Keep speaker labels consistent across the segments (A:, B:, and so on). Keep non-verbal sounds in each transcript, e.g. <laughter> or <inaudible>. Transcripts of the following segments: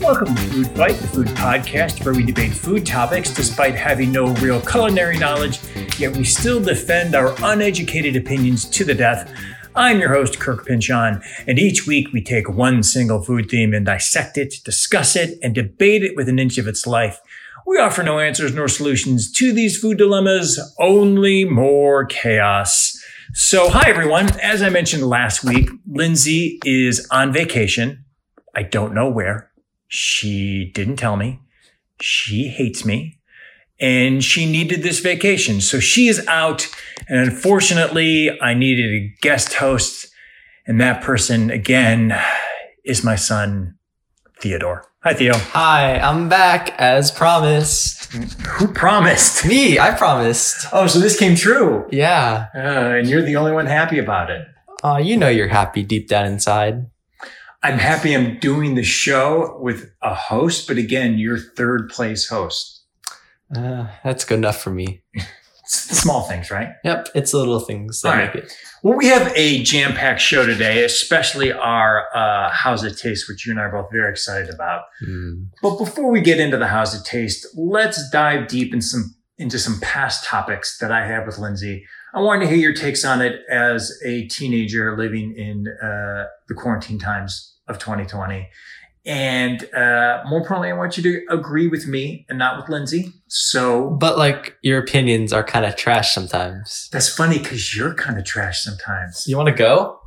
A: Welcome to Food Fight, the food podcast where we debate food topics despite having no real culinary knowledge, yet we still defend our uneducated opinions to the death. I'm your host, Kirk Pinchon, and each week we take one single food theme and dissect it, discuss it, and debate it with an inch of its life. We offer no answers nor solutions to these food dilemmas, only more chaos. So, hi everyone. As I mentioned last week, Lindsay is on vacation. I don't know where. She didn't tell me. She hates me. And she needed this vacation. So she is out. And unfortunately, I needed a guest host. And that person, again, is my son, Theodore. Hi, Theo.
B: Hi, I'm back as promised.
A: Who promised?
B: Me, I promised.
A: Oh, so this came true.
B: Yeah.
A: Uh, and you're the only one happy about it.
B: Aw, you know you're happy deep down inside.
A: I'm happy I'm doing the show with a host, but again, you're third place host.
B: Uh, that's good enough for me.
A: It's the small things, right?
B: Yep, it's the little things that
A: Alright.
B: make it.
A: Well, we have a jam packed show today, especially our uh, How's It Taste, which you and I are both very excited about.
B: Mm.
A: But before we get into the How's It Taste, let's dive deep in some, into some past topics that I had with Lindsay. I wanted to hear your takes on it as a teenager living in uh, the quarantine times of 2020. And uh, more importantly, I want you to agree with me and not with Lindsay. So
B: But like your opinions are kind of trash sometimes.
A: that's funny because you're kind of trash sometimes.
B: You want to go?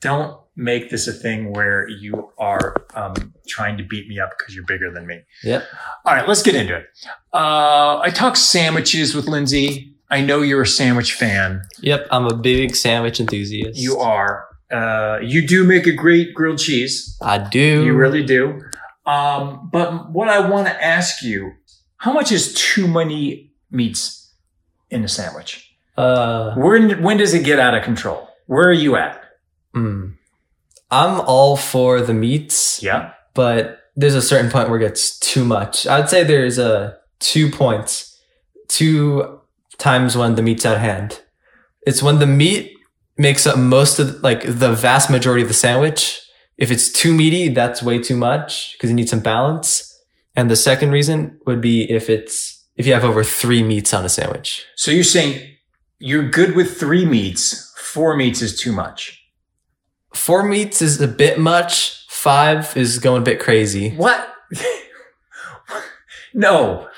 A: don't make this a thing where you are um, trying to beat me up because you're bigger than me.
B: Yep.
A: All right, let's get into it. Uh, I talked sandwiches with Lindsay. I know you're a sandwich fan.
B: Yep, I'm a big sandwich enthusiast.
A: You are. Uh, you do make a great grilled cheese.
B: I do.
A: You really do. Um, but what I want to ask you, how much is too many meats in a sandwich?
B: Uh,
A: When when does it get out of control? Where are you at?
B: mm. I'm all for the meats,
A: Yeah.
B: but there's a certain point where it gets too much. I'd say there's a two points, two times when the meat's out of hand. It's when the meat makes up most of like the vast majority of the sandwich. If it's too meaty, that's way too much because you need some balance. And the second reason would be if it's if you have over three meats on a sandwich.
A: So you're saying you're good with three meats. Four meats is too much.
B: Four meats is a bit much. Five is going a bit crazy.
A: What? <laughs> no,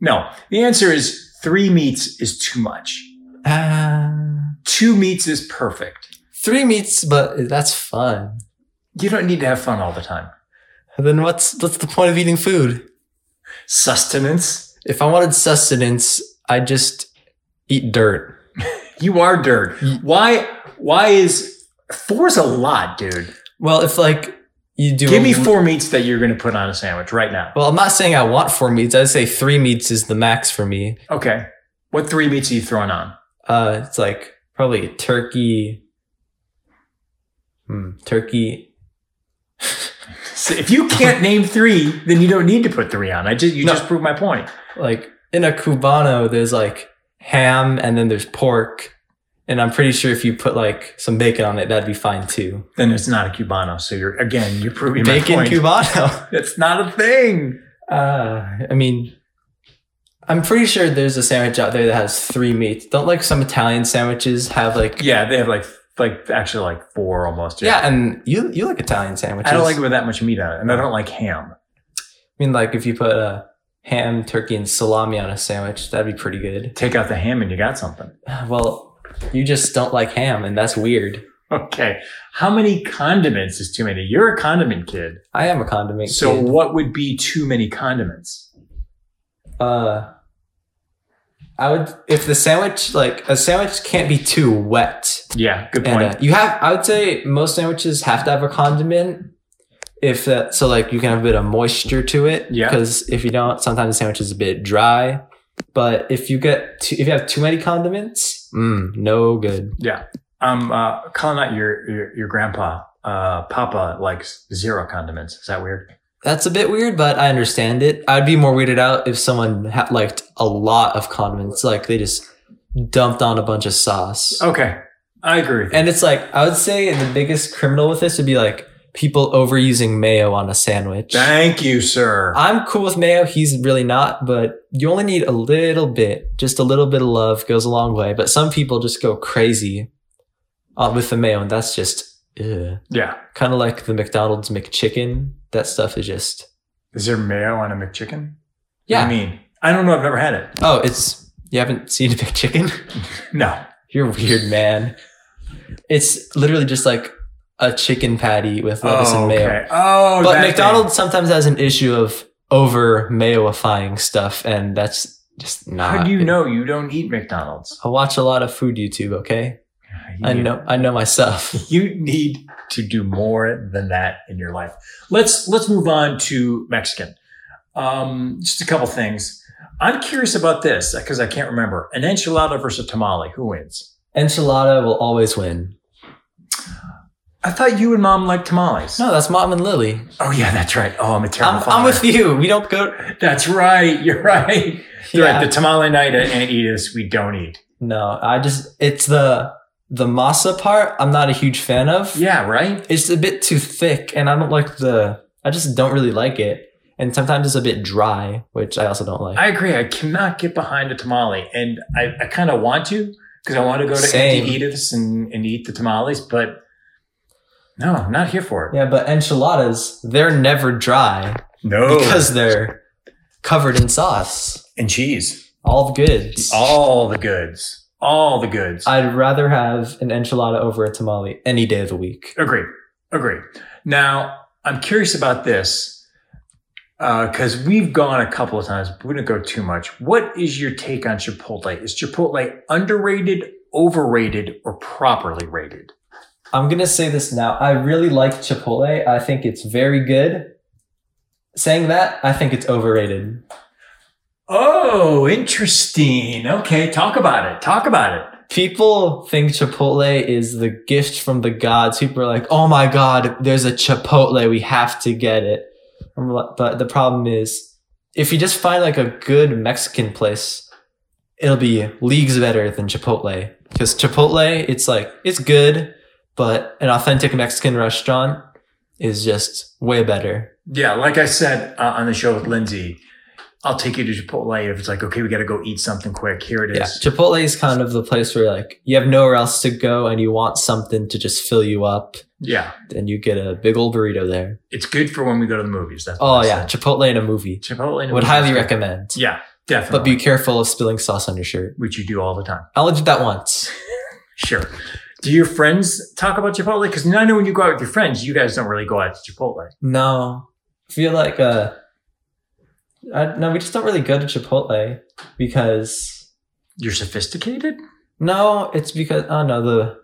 A: no. The answer is three meats is too much.
B: Uh,
A: Two meats is perfect.
B: three meats, but that's fun.
A: You don't need to have fun all the time.
B: Then what's what's the point of eating food?
A: Sustenance.
B: If I wanted sustenance, I'd just eat dirt.
A: You are dirt. Why? Why is four's a lot, dude?
B: Well, if like you do
A: Give me
B: a-
A: four meats that you're going to put on a sandwich right now.
B: Well, I'm not saying I want four meats. I'd say three meats is the max for me.
A: Okay. What three meats are you throwing on?
B: Uh, it's like probably a turkey. Hmm, turkey.
A: So if you
B: <laughs>
A: can't name three, then you don't need to put three on. I just you
B: No.
A: just proved my point.
B: Like in a cubano, there's like ham and then there's pork. And I'm pretty sure if you put like some bacon on it, that'd be fine too.
A: Then it's not a cubano. So you're again you're proving my
B: Bacon
A: point.
B: cubano.
A: It's not a thing.
B: Uh, I mean, I'm pretty sure there's a sandwich out there that has three meats. Don't like some Italian sandwiches have like
A: Yeah, they have like like actually like four almost.
B: yeah, and you you like Italian sandwiches.
A: I don't like it with that much meat on it, and I don't like ham.
B: I mean, like if you put a ham, turkey, and salami on a sandwich, that'd be pretty good. <sighs>
A: Take out the ham, and you got something. <laughs>
B: Well, you just don't like ham, and that's weird.
A: Okay, how many condiments is too many? You're a condiment kid.
B: I am a condiment.
A: So
B: kid.
A: what would be too many condiments?
B: uh, I would if the sandwich like a sandwich can't be too wet.
A: Yeah, good
B: And
A: point.
B: uh, you have, I would say most sandwiches have to have a condiment. If that, so like you can have a bit of moisture to it.
A: Yeah.
B: Because if you don't, sometimes the sandwich is a bit dry. But if you get, too, if you have too many condiments, mm, no good.
A: yeah, I'm uh, calling out your your, your grandpa. Uh, Papa likes zero condiments. Is that weird?
B: That's a bit weird, but I understand it. I'd be more weirded out if someone ha- liked a lot of condiments, like they just dumped on a bunch of sauce.
A: Okay, I agree. With you.
B: And it's like, I would say the biggest criminal with this would be like people overusing mayo on a sandwich.
A: Thank you, sir.
B: I'm cool with mayo. He's really not, but you only need a little bit. Just a little bit of love goes a long way. But some people just go crazy uh, with the mayo, and that's just ugh.
A: yeah.
B: kind of like the McDonald's McChicken. That stuff is just
A: Is there mayo on a McChicken?
B: yeah.
A: I mean, I don't know. I've never had it.
B: oh, it's you haven't seen a McChicken? <laughs>
A: No.
B: You're a weird, man. It's literally just like a chicken patty with lettuce and Oh, mayo.
A: Oh,
B: but
A: that
B: McDonald's sometimes has an issue of over mayoifying stuff, and that's just
A: thing.
B: not.
A: How do you know you don't eat McDonald's?
B: I watch a lot of food YouTube. Okay, I know. I know myself.
A: <laughs>
B: <laughs>
A: You need to do more than that in your life. Let's let's move on to Mexican. Um, just a couple things. I'm curious about this because I can't remember. An enchilada versus tamale. Who wins?
B: Enchilada will always win.
A: I thought you and mom liked tamales.
B: No, that's Mom and Lily.
A: Oh yeah, that's right. Oh, I'm a terrible
B: I'm, I'm
A: father.
B: with you. We don't go.
A: <laughs> That's right. You're right. You're
B: Yeah.
A: right. The tamale night at Aunt Edith's, we don't eat.
B: no, I just it's the the masa part. I'm not a huge fan of.
A: Yeah, right.
B: it's a bit too thick and i don't like the i just don't really like it and sometimes it's a bit dry which i also don't like
A: I agree. I cannot get behind a tamale, and I, I kind of want to because I want to go to
B: Same.
A: Aunt Edith's and, and eat the tamales, but no, I'm not here for it.
B: yeah but enchiladas they're never dry
A: No,
B: because they're covered in sauce
A: and cheese,
B: all the goods
A: all the goods, all the goods.
B: i'd rather have an enchilada over a tamale any day of the week
A: Agree. Agree. Now, I'm curious about this because we've gone a couple of times. But we didn't go too much. What is your take on Chipotle? Is Chipotle underrated, overrated, or properly rated?
B: i'm gonna say this now i really like chipotle i think it's very good saying that i think it's overrated
A: Oh, interesting. Okay, talk about it. Talk about it.
B: people think Chipotle is the gift from the gods. People are like, oh my God, there's a Chipotle. We have to get it. I'm like- But the problem is, if you just find like a good Mexican place, it'll be leagues better than Chipotle. Because Chipotle, it's like, it's good, but an authentic Mexican restaurant is just way better.
A: Yeah, like I said uh, on the show with Lindsay, I'll take you to Chipotle if it's like, okay, we got to go eat something quick. Here it
B: Yeah.
A: is.
B: Chipotle is kind of the place where like you have nowhere else to go and you want something to just fill you up
A: Yeah.
B: and you get a big old burrito there.
A: It's good for when we go to the movies. That's
B: Oh
A: what I
B: yeah,
A: said.
B: Chipotle in a movie.
A: Chipotle. and
B: Would
A: movies.
B: highly recommend.
A: Yeah,
B: But
A: definitely.
B: be careful of spilling sauce on your shirt.
A: which you do all the time.
B: I only did that once.
A: Sure. Do your friends talk about Chipotle? Because I know when you go out with your friends, you guys don't really go out to Chipotle.
B: No, I feel like uh, I, no, we just don't really go to Chipotle because
A: You're sophisticated?
B: no, it's because oh no the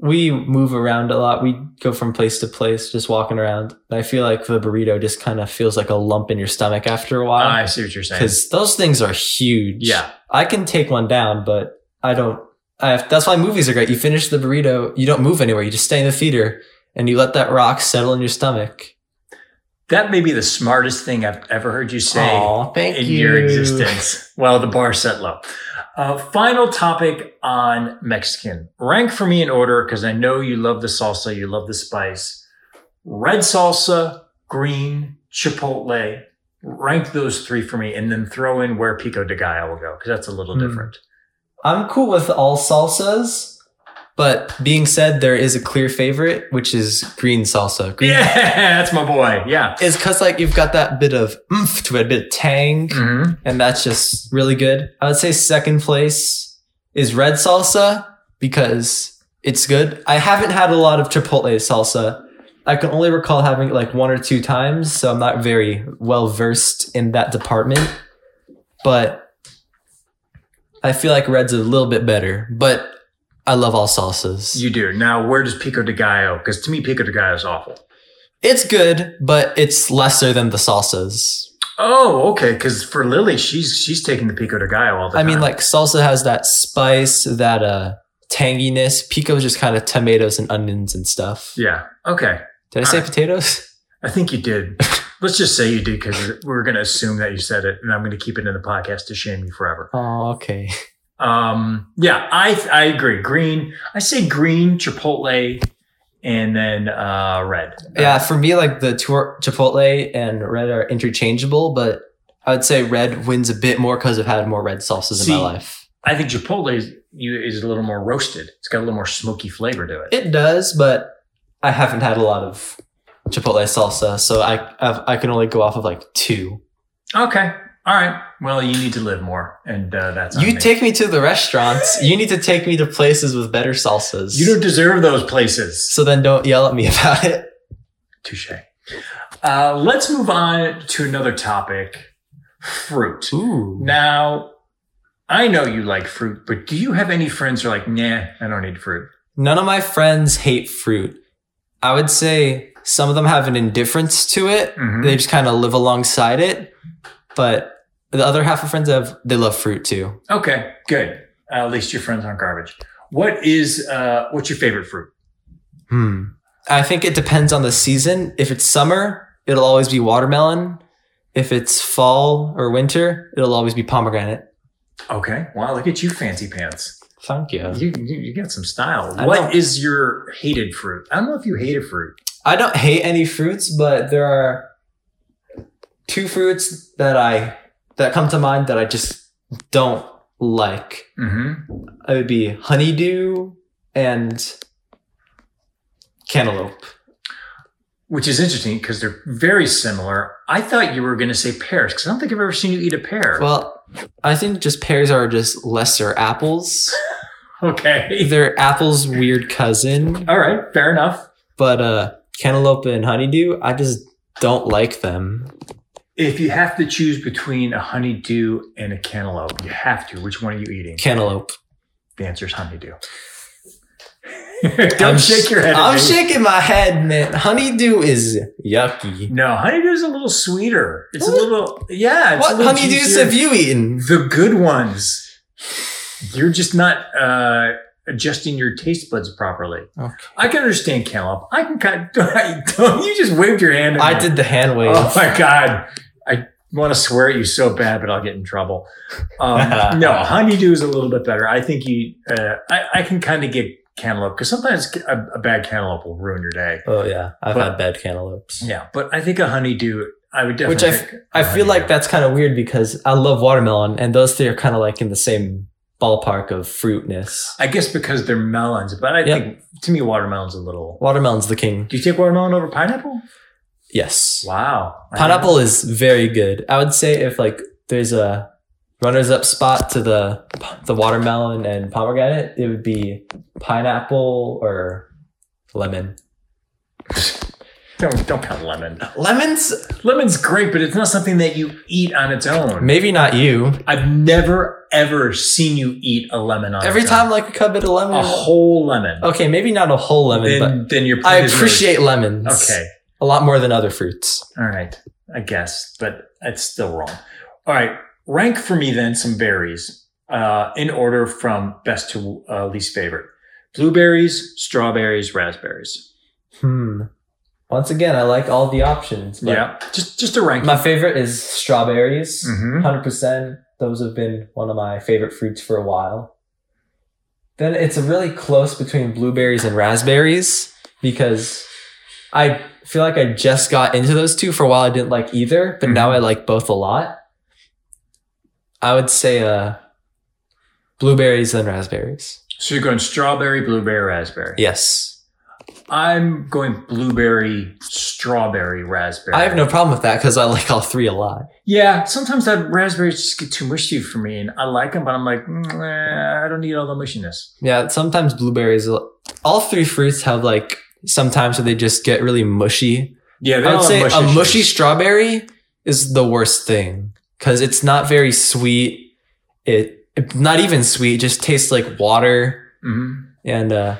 B: we move around a lot. We go from place to place, just walking around. I feel like the burrito just kind of feels like a lump in your stomach after a while
A: I see what you're saying.
B: because those things are huge.
A: Yeah.
B: I can take one down, but I don't. I have, that's why movies are great. You finish the burrito, you don't move anywhere. You just stay in the theater and you let that rock settle in your stomach.
A: That may be the smartest thing I've ever heard you say
B: Aw, thank
A: in your existence. Well, the bar set low. Uh, final topic on Mexican. Rank for me in order because I know you love the salsa, you love the spice. Red salsa, green, chipotle. Rank those three for me and then throw in where pico de gallo will go because that's a little
B: Hmm.
A: different.
B: I'm cool with all salsas, but being said, there is a clear favorite, which is green salsa. Green
A: Yeah, <laughs> that's my boy. Yeah.
B: is because like you've got that bit of oomph to it, a bit of tang,
A: hmm
B: and that's just really good. I would say second place is red salsa because it's good. I haven't had a lot of chipotle salsa. I can only recall having it like one or two times, so I'm not very well versed in that department. But I feel like red's a little bit better, but I love all salsas.
A: You do. Now, where does pico de gallo? Because to me, pico de gallo is awful.
B: it's good, but it's lesser than the salsas.
A: Oh, okay. Because for Lily, she's she's taking the pico de gallo all the
B: I
A: time.
B: mean, like salsa has that spice, that uh tanginess. Pico is just kind of tomatoes and onions and stuff.
A: yeah. Okay.
B: Did I say
A: Alright.
B: potatoes?
A: I think you
B: <laughs>
A: did. Let's just say you did because we're going to assume that you said it, and I'm going to keep it in the podcast to shame you forever.
B: Oh, <laughs> okay.
A: Um, yeah, I I agree. Green. I say green chipotle, and then uh, red.
B: Yeah, for me, like the tour, Chipotle and red are interchangeable, but I would say red wins a bit more because I've had more red sauces
A: See,
B: in my life.
A: I think Chipotle is, you, is a little more roasted. It's got a little more smoky flavor to it.
B: It does, but I haven't had a lot of Chipotle salsa, so I I've, I can only go off of like two.
A: Okay. All right. Well, you need to live more, and uh, that's on
B: You
A: me.
B: take me to the restaurants. you need to take me to places with better salsas.
A: You don't deserve those places.
B: So then don't yell at me <laughs> about it.
A: Touche. Uh, let's move on to another topic: fruit.
B: Ooh.
A: Now, I know you like fruit, but do you have any friends who are like, nah, I don't need fruit?
B: None of my friends hate fruit. I would say some of them have an indifference to it.
A: Mhm.
B: They just kind of live alongside it. But the other half of friends have they love fruit too.
A: Okay, good. Uh, at least your friends aren't garbage. What is uh, what's your favorite fruit?
B: Hmm. I think it depends on the season. If it's summer, it'll always be watermelon. If it's fall or winter, it'll always be pomegranate.
A: Okay, wow, look at you, fancy pants.
B: Thank you.
A: You you, you got some style.
B: I
A: What
B: don't-
A: is your hated fruit? I don't know if you hate a fruit.
B: I don't hate any fruits, but there are two fruits that I that come to mind that I just don't like.
A: Mm-hmm.
B: It would be honeydew and cantaloupe.
A: Which is interesting because they're very similar. I thought you were going to say pears because I don't think I've ever seen you eat a pear.
B: Well, I think just pears are just lesser apples.
A: okay,
B: They're apples' weird cousin,
A: all right, fair enough.
B: but uh, cantaloupe and honeydew, I just don't like them.
A: If you have to choose between a honeydew and a cantaloupe, you have to. Which one are you eating?
B: Cantaloupe.
A: The answer is honeydew. <laughs> Don't
B: I'm
A: shake
B: sh-
A: your head. at
B: I'm
A: me.
B: shaking my head, man. Honeydew is yucky.
A: No, honeydew is a little sweeter. It's a
B: What?
A: little, yeah. It's a
B: What
A: little
B: honeydews
A: juicier.
B: have you eaten?
A: The good ones. You're just not uh, adjusting your taste buds properly.
B: Okay.
A: I can understand cantaloupe. I can kind. Of, <laughs> don't you just waved your hand? at
B: I
A: me.
B: did the hand wave.
A: Oh my god! I want to swear at you so bad, but I'll get in trouble.
B: <laughs>
A: Um, no, honeydew is a little bit better. I think you. Uh, I, I can kind of get cantaloupe because sometimes a, a bad cantaloupe will ruin your day.
B: Oh yeah, I've
A: But-
B: had bad cantaloupes.
A: Yeah, but I think a honeydew. I would
B: Which
A: definitely.
B: I f-
A: pick
B: I
A: a
B: feel
A: honeydew.
B: like that's kind of weird because I love watermelon, and those three are kind of like in the same ballpark of fruitness.
A: I guess because they're melons, but I
B: Yeah.
A: think to me watermelon's a little.
B: Watermelon's the king.
A: Do you take watermelon over pineapple?
B: Yes,
A: Wow,
B: pineapple is very good. I would say if like there's a runners-up spot to the the watermelon and pomegranate, it would be pineapple or lemon.
A: Don't don't count lemon.
B: Lemons,
A: Lemon's great, but it's not something that you eat on its own.
B: maybe not you.
A: I've never ever seen you eat a lemon on
B: Every
A: its own.
B: time like a cup of lemon.
A: a whole lemon.
B: Okay, maybe not a whole lemon, but
A: then, then your
B: I
A: point is really-
B: appreciate lemons.
A: Okay,
B: A lot more than other fruits.
A: all right, I guess, but that's still wrong. All right, rank for me then some berries uh, in order from best to uh, least favorite: blueberries, strawberries, raspberries.
B: Hmm. Once again, I like all the options. But
A: yeah, just just a rank.
B: My favorite is strawberries.
A: Mhm.
B: 100%. Those have been one of my favorite fruits for a while. Then it's really close between blueberries and raspberries because I feel like I just got into those two. For a while, I didn't like either, but now I like both a lot. I would say uh, blueberries and raspberries.
A: so you're going strawberry, blueberry, raspberry.
B: Yes.
A: I'm going blueberry, strawberry, raspberry.
B: I have no problem with that because I like all three a lot.
A: Yeah, sometimes that raspberries just get too mushy for me, and I like them, but I'm like, mm, eh, I don't need all the mushiness.
B: Yeah, sometimes blueberries, all three fruits have like sometimes where they just get really mushy.
A: Yeah,
B: I would say a mushy strawberry is the worst thing because it's not very sweet. It it- not even sweet, it just tastes like water,
A: Mhm.
B: and uh,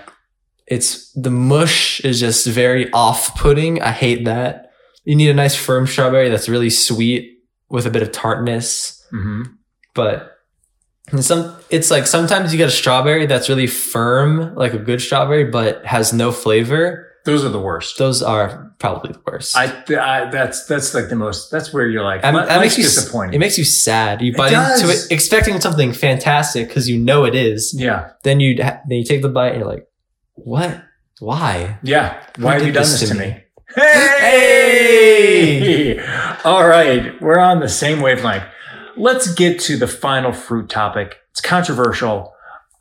B: it's the mush is just very off-putting. I hate that. You need a nice firm strawberry that's really sweet with a bit of tartness.
A: Mhm.
B: but and some it's like sometimes you get a strawberry that's really firm, like a good strawberry, but has no flavor.
A: Those are the worst.
B: Those are probably the worst.
A: I, th- I that's that's like the most. That's where you're like,
B: I mean,
A: "Li-
B: that
A: life's
B: makes you s-
A: disappointing.
B: It makes you sad. You bite into
A: does.
B: it expecting something fantastic because you know it is.
A: yeah,
B: Then you ha- then you take the bite and you're like, what? Why?
A: Yeah. Why have
B: did
A: you done
B: this
A: this
B: to
A: to
B: me?
A: me? Hey! All right. We're on the same wavelength. Let's get to the final fruit topic. It's controversial.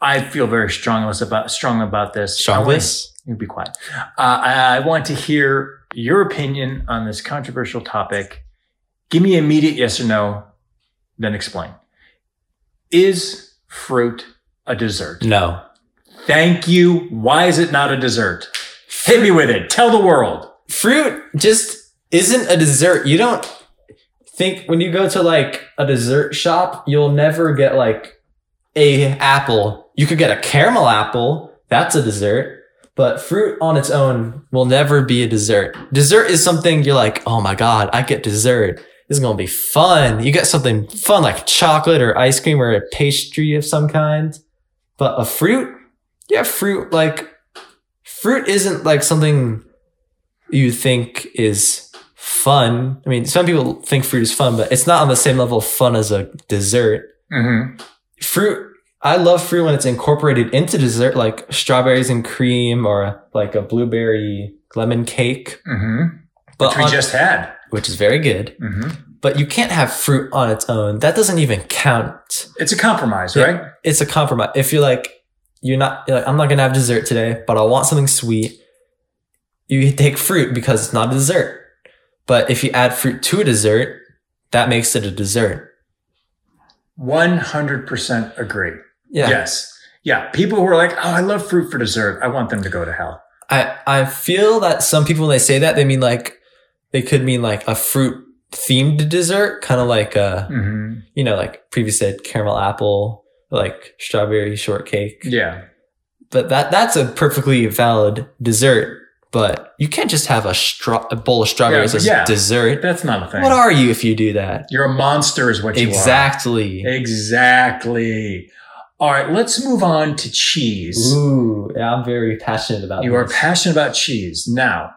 A: I feel very strongly about strongly about this. I wanna-
B: Strongly?
A: You be quiet. Uh, I I want to hear your opinion on this controversial topic. Give me immediate yes or no, then explain. Is fruit a dessert?
B: No.
A: Thank you. Why is it not a dessert? Hit me with it. Tell the world.
B: Fruit just isn't a dessert. You don't think when you go to like a dessert shop, you'll never get like a apple. You could get a caramel apple. That's a dessert. But fruit on its own will never be a dessert. Dessert is something you're like, oh my God, I get dessert. This is going to be fun. You get something fun like chocolate or ice cream or a pastry of some kind. But a fruit, yeah, fruit, like, fruit isn't like something you think is fun. I mean, some people think fruit is fun, but it's not on the same level of fun as a dessert
A: Mm-hmm.
B: fruit i love fruit when it's incorporated into dessert like strawberries and cream or like a blueberry lemon cake
A: Mm-hmm.
B: but
A: Which we
B: on-
A: just had.
B: which is very good
A: Mm-hmm.
B: but you can't have fruit on its own that doesn't even count
A: It's a compromise,
B: Yeah.
A: right?
B: it's a compromise if you're like you're not you're like i'm not gonna have dessert today but i want something sweet you take fruit because it's not a dessert but if you add fruit to a dessert that makes it a dessert
A: One hundred percent agree.
B: yeah
A: Yes. Yeah. People who are like, "Oh, I love fruit for dessert," I want them to go to hell.
B: I I feel that some people when they say that they mean like they could mean like a fruit themed dessert, kind of like uh
A: Mm-hmm.
B: you know like previous said caramel apple, like strawberry shortcake.
A: Yeah.
B: But that that's a perfectly valid dessert. But you can't just have a straw a bowl of strawberries
A: Yeah,
B: as
A: yeah.
B: dessert.
A: That's not a thing.
B: What are you if you do that?
A: You're a monster, is what you
B: Exactly.
A: are. Exactly. All right. Let's move on to cheese.
B: Ooh, yeah, I'm very passionate about
A: You are
B: this.
A: passionate about cheese. Now,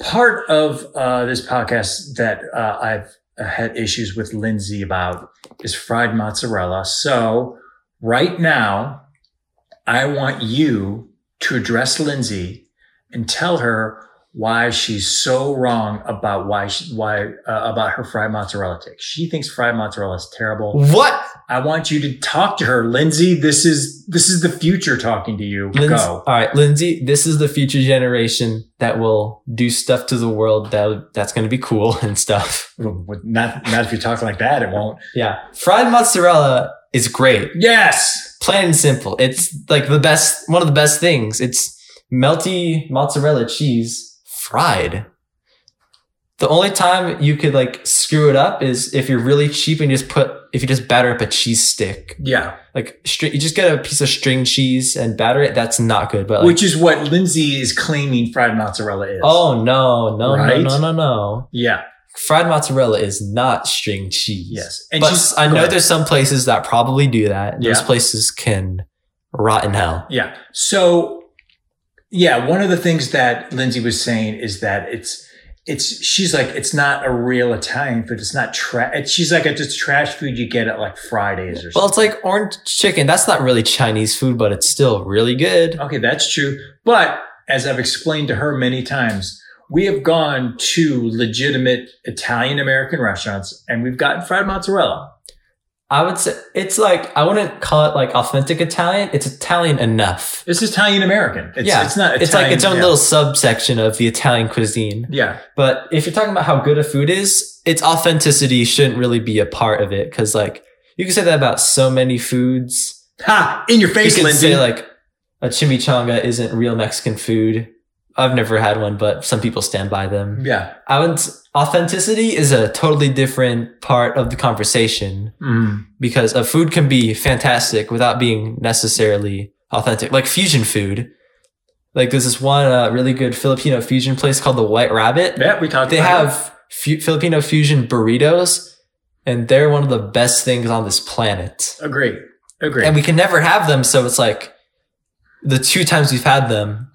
A: part of uh, this podcast that uh, I've had issues with Lindsay about is fried mozzarella. So, right now, I want you to address Lindsay and tell her why she's so wrong about why she, why uh, about her fried mozzarella take. She thinks fried mozzarella is terrible.
B: what
A: I want you to talk to her, Lindsay. This is this is the future talking to you.
B: Lindsay,
A: Go.
B: all right, Lindsay, this is the future generation that will do stuff to the world that that's going to be cool <laughs> and stuff.
A: Well, with- Not, not if you talk like that, it won't.
B: Yeah. Fried mozzarella is great.
A: Yes.
B: Plain and simple. It's like the best one of the best things. It's melty mozzarella cheese fried. The only time you could like screw it up is if you're really cheap and just put if you just batter up a cheese stick.
A: Yeah.
B: Like stri- you just get a piece of string cheese and batter it. That's not good. But like,
A: Which is what Lindsay is claiming fried mozzarella is.
B: oh no, no,
A: Right?
B: no, no, no, no.
A: Yeah.
B: fried mozzarella is not string cheese.
A: Yes.
B: And but
A: she's-
B: I
A: go
B: know
A: ahead.
B: there's some places that probably do that. Those
A: Yeah.
B: places can rot in hell.
A: Yeah. So, yeah, one of the things that Lindsay was saying is that it's, it's, she's like, it's not a real Italian food. It's not trash. She's like, it's just trash food you get at like Fridays or something.
B: Well, it's like orange chicken. That's not really Chinese food, but it's still really good.
A: Okay, that's true. But as I've explained to her many times, we have gone to legitimate Italian American restaurants and we've gotten fried mozzarella.
B: I would say it's like I wouldn't call it like authentic Italian. It's Italian enough.
A: It's Italian American. It's,
B: Yeah,
A: it's not. Italian,
B: it's like its own
A: yeah.
B: little subsection of the Italian cuisine.
A: Yeah,
B: But if you're talking about how good a food is, its authenticity shouldn't really be a part of it because like you can say that about so many foods.
A: ha! In your face,
B: you can
A: Lindsay.
B: say like a chimichanga isn't real Mexican food. I've never had one, but some people stand by them.
A: yeah.
B: I would authenticity is a totally different part of the conversation
A: Mm.
B: because a food can be fantastic without being necessarily authentic. Like fusion food, like there's this one uh, really good Filipino fusion place called the White Rabbit.
A: Yeah, we talked.
B: They
A: about it.
B: have fu- Filipino fusion burritos, and they're one of the best things on this planet
A: agree, agree.
B: and we can never have them. So it's like the two times we've had them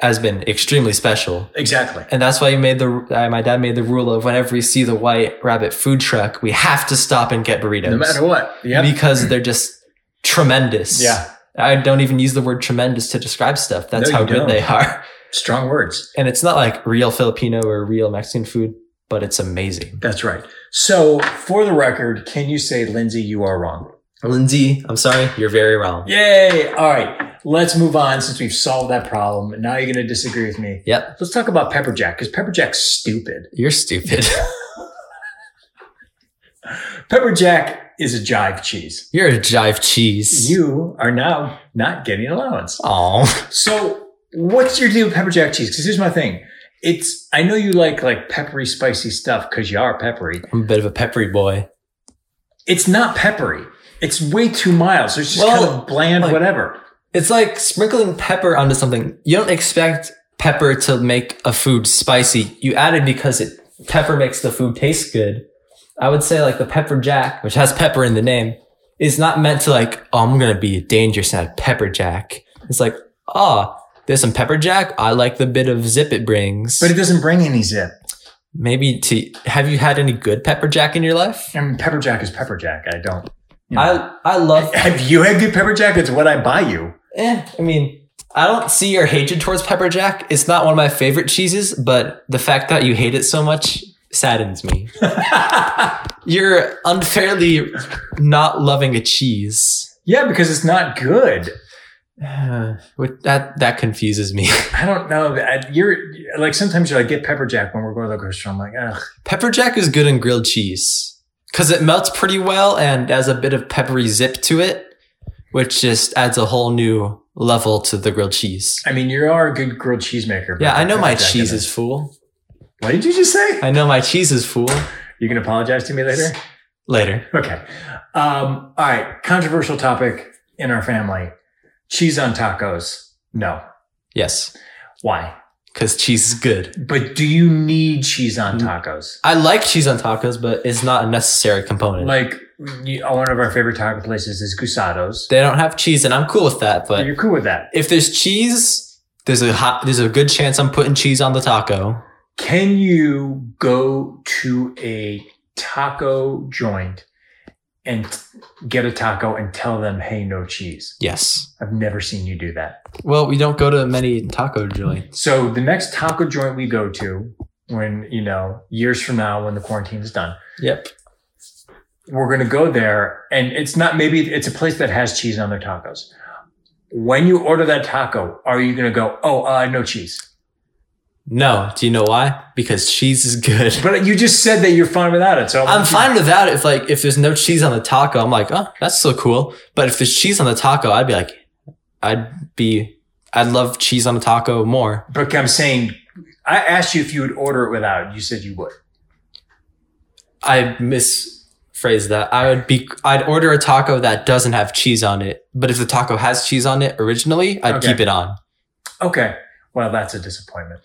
B: has been extremely special.
A: exactly.
B: And that's why you made the uh, my dad made the rule of whenever we see the white rabbit food truck, we have to stop and get burritos
A: No matter what. Yeah.
B: because they're just tremendous.
A: Yeah.
B: I don't even use the word tremendous to describe stuff. That's
A: No,
B: how
A: you
B: good
A: don't.
B: they are.
A: Strong words.
B: And it's not like real Filipino or real Mexican food, but it's amazing.
A: That's right. So, for the record, can you say, Lindsay, you are wrong?
B: Lindsay, I'm sorry, you're very wrong.
A: Yay. All right. Let's move on since we've solved that problem. And now you're going to disagree with me.
B: Yep,
A: Let's talk about pepper jack because pepper jack's stupid.
B: you're stupid. <laughs>
A: Pepper jack is a jive cheese.
B: you're a jive cheese.
A: You are now not getting allowance.
B: Aw.
A: So, what's your deal with pepper jack cheese? Because here's my thing. It's I know you like like peppery spicy stuff because you are peppery.
B: I'm a bit of a peppery boy.
A: It's not peppery. It's way too mild. So it's just
B: Well,
A: kind of bland,
B: like-
A: whatever.
B: It's like sprinkling pepper onto something. You don't expect pepper to make a food spicy. You add it because it pepper makes the food taste good. I would say like the pepper jack, which has pepper in the name, is not meant to like, oh, I'm gonna be dangerous and have pepper jack. It's like, ah, there's some pepper jack. I like the bit of zip it brings.
A: But it doesn't bring any zip.
B: maybe to have you had any good pepper jack in your life?
A: I mean, pepper jack is pepper jack. I don't. you know.
B: I I love.
A: Have you had good pepper jack? It's what I buy you.
B: eh, I mean, I don't see your hatred towards pepper jack. It's not one of my favorite cheeses, but the fact that you hate it so much
A: <laughs>
B: saddens me. You're unfairly not loving
A: <sighs>
B: a cheese.
A: yeah, because it's not good.
B: Uh, which- that that confuses me. <laughs>
A: I don't know. I- You're like sometimes you're like get pepper jack when we're going to the grocery store. I'm like, ugh.
B: pepper jack is good in grilled cheese because it melts pretty well and has a bit of peppery zip to it, which just adds a whole new level to the grilled cheese.
A: I mean, you are a good grilled cheesemaker. but
B: Yeah, I know
A: pepper
B: my
A: jack
B: cheese
A: isn't.
B: is fool.
A: What did you just say?
B: I know my cheese is fool.
A: You can apologize to me later.
B: Later.
A: Okay. Um, all right. Controversial topic in our family: cheese on tacos. No.
B: Yes,
A: Why?
B: because cheese is good.
A: But do you need cheese on
B: Mm.
A: tacos?
B: I like cheese on tacos, but it's not a necessary component.
A: Like you, one of our favorite taco places is Gusados.
B: they don't have cheese, and I'm cool with that. But
A: You're cool with that.
B: if there's cheese, there's a hot, there's a good chance I'm putting cheese on the taco.
A: Can you go to a taco joint and get a taco and tell them, hey, no cheese?
B: Yes.
A: I've never seen you do that.
B: Well, we don't go to many taco joints.
A: So the next taco joint we go to, when, you know, years from now, when the quarantine is done,
B: Yep.
A: we're going to go there. And it's not, maybe it's a place that has cheese on their tacos. When you order that taco, are you going to go, oh, uh, no cheese?
B: No. Do you know why? Because cheese is good.
A: <laughs> But you just said that you're fine without it. So
B: I'm fine with that. If like if there's no cheese on the taco, I'm like, oh, that's so cool. But if there's cheese on the taco, I'd be like, I'd be, I'd love cheese on a taco more.
A: But I'm saying, I asked you if you would order it without. You said you would.
B: I misphrased that. I would be I'd order a taco that doesn't have cheese on it, but if the taco has cheese on it originally, I'd
A: Okay.
B: keep
A: <laughs>
B: it on.
A: Okay. Well, that's a disappointment.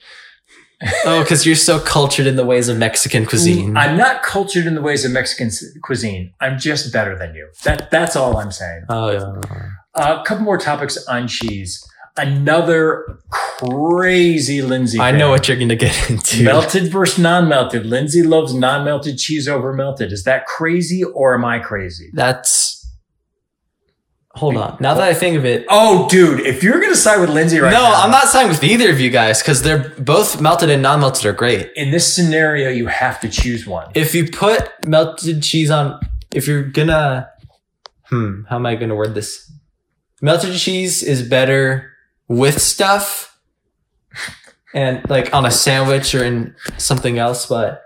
B: Oh, because you're so cultured in the ways of Mexican cuisine.
A: I'm not cultured in the ways of Mexican s- cuisine. I'm just better than you. That that's all I'm saying.
B: oh yeah.
A: Uh, a couple more topics on cheese. Another crazy Lindsay.
B: I know
A: thing.
B: what you're gonna get <laughs> into.
A: Melted versus non-melted. Lindsay loves non-melted cheese over melted. Is that crazy or am I crazy?
B: That's hold on. Now that I think of it.
A: Oh, dude, if you're gonna side with Lindsay right
B: no,
A: now,
B: I'm not siding with either of you guys because they're both melted and non-melted are great.
A: In this scenario, you have to choose one.
B: If you put melted cheese on, if you're gonna, hmm, how am I gonna word this? Melted cheese is better with stuff and like on a sandwich or in something else, but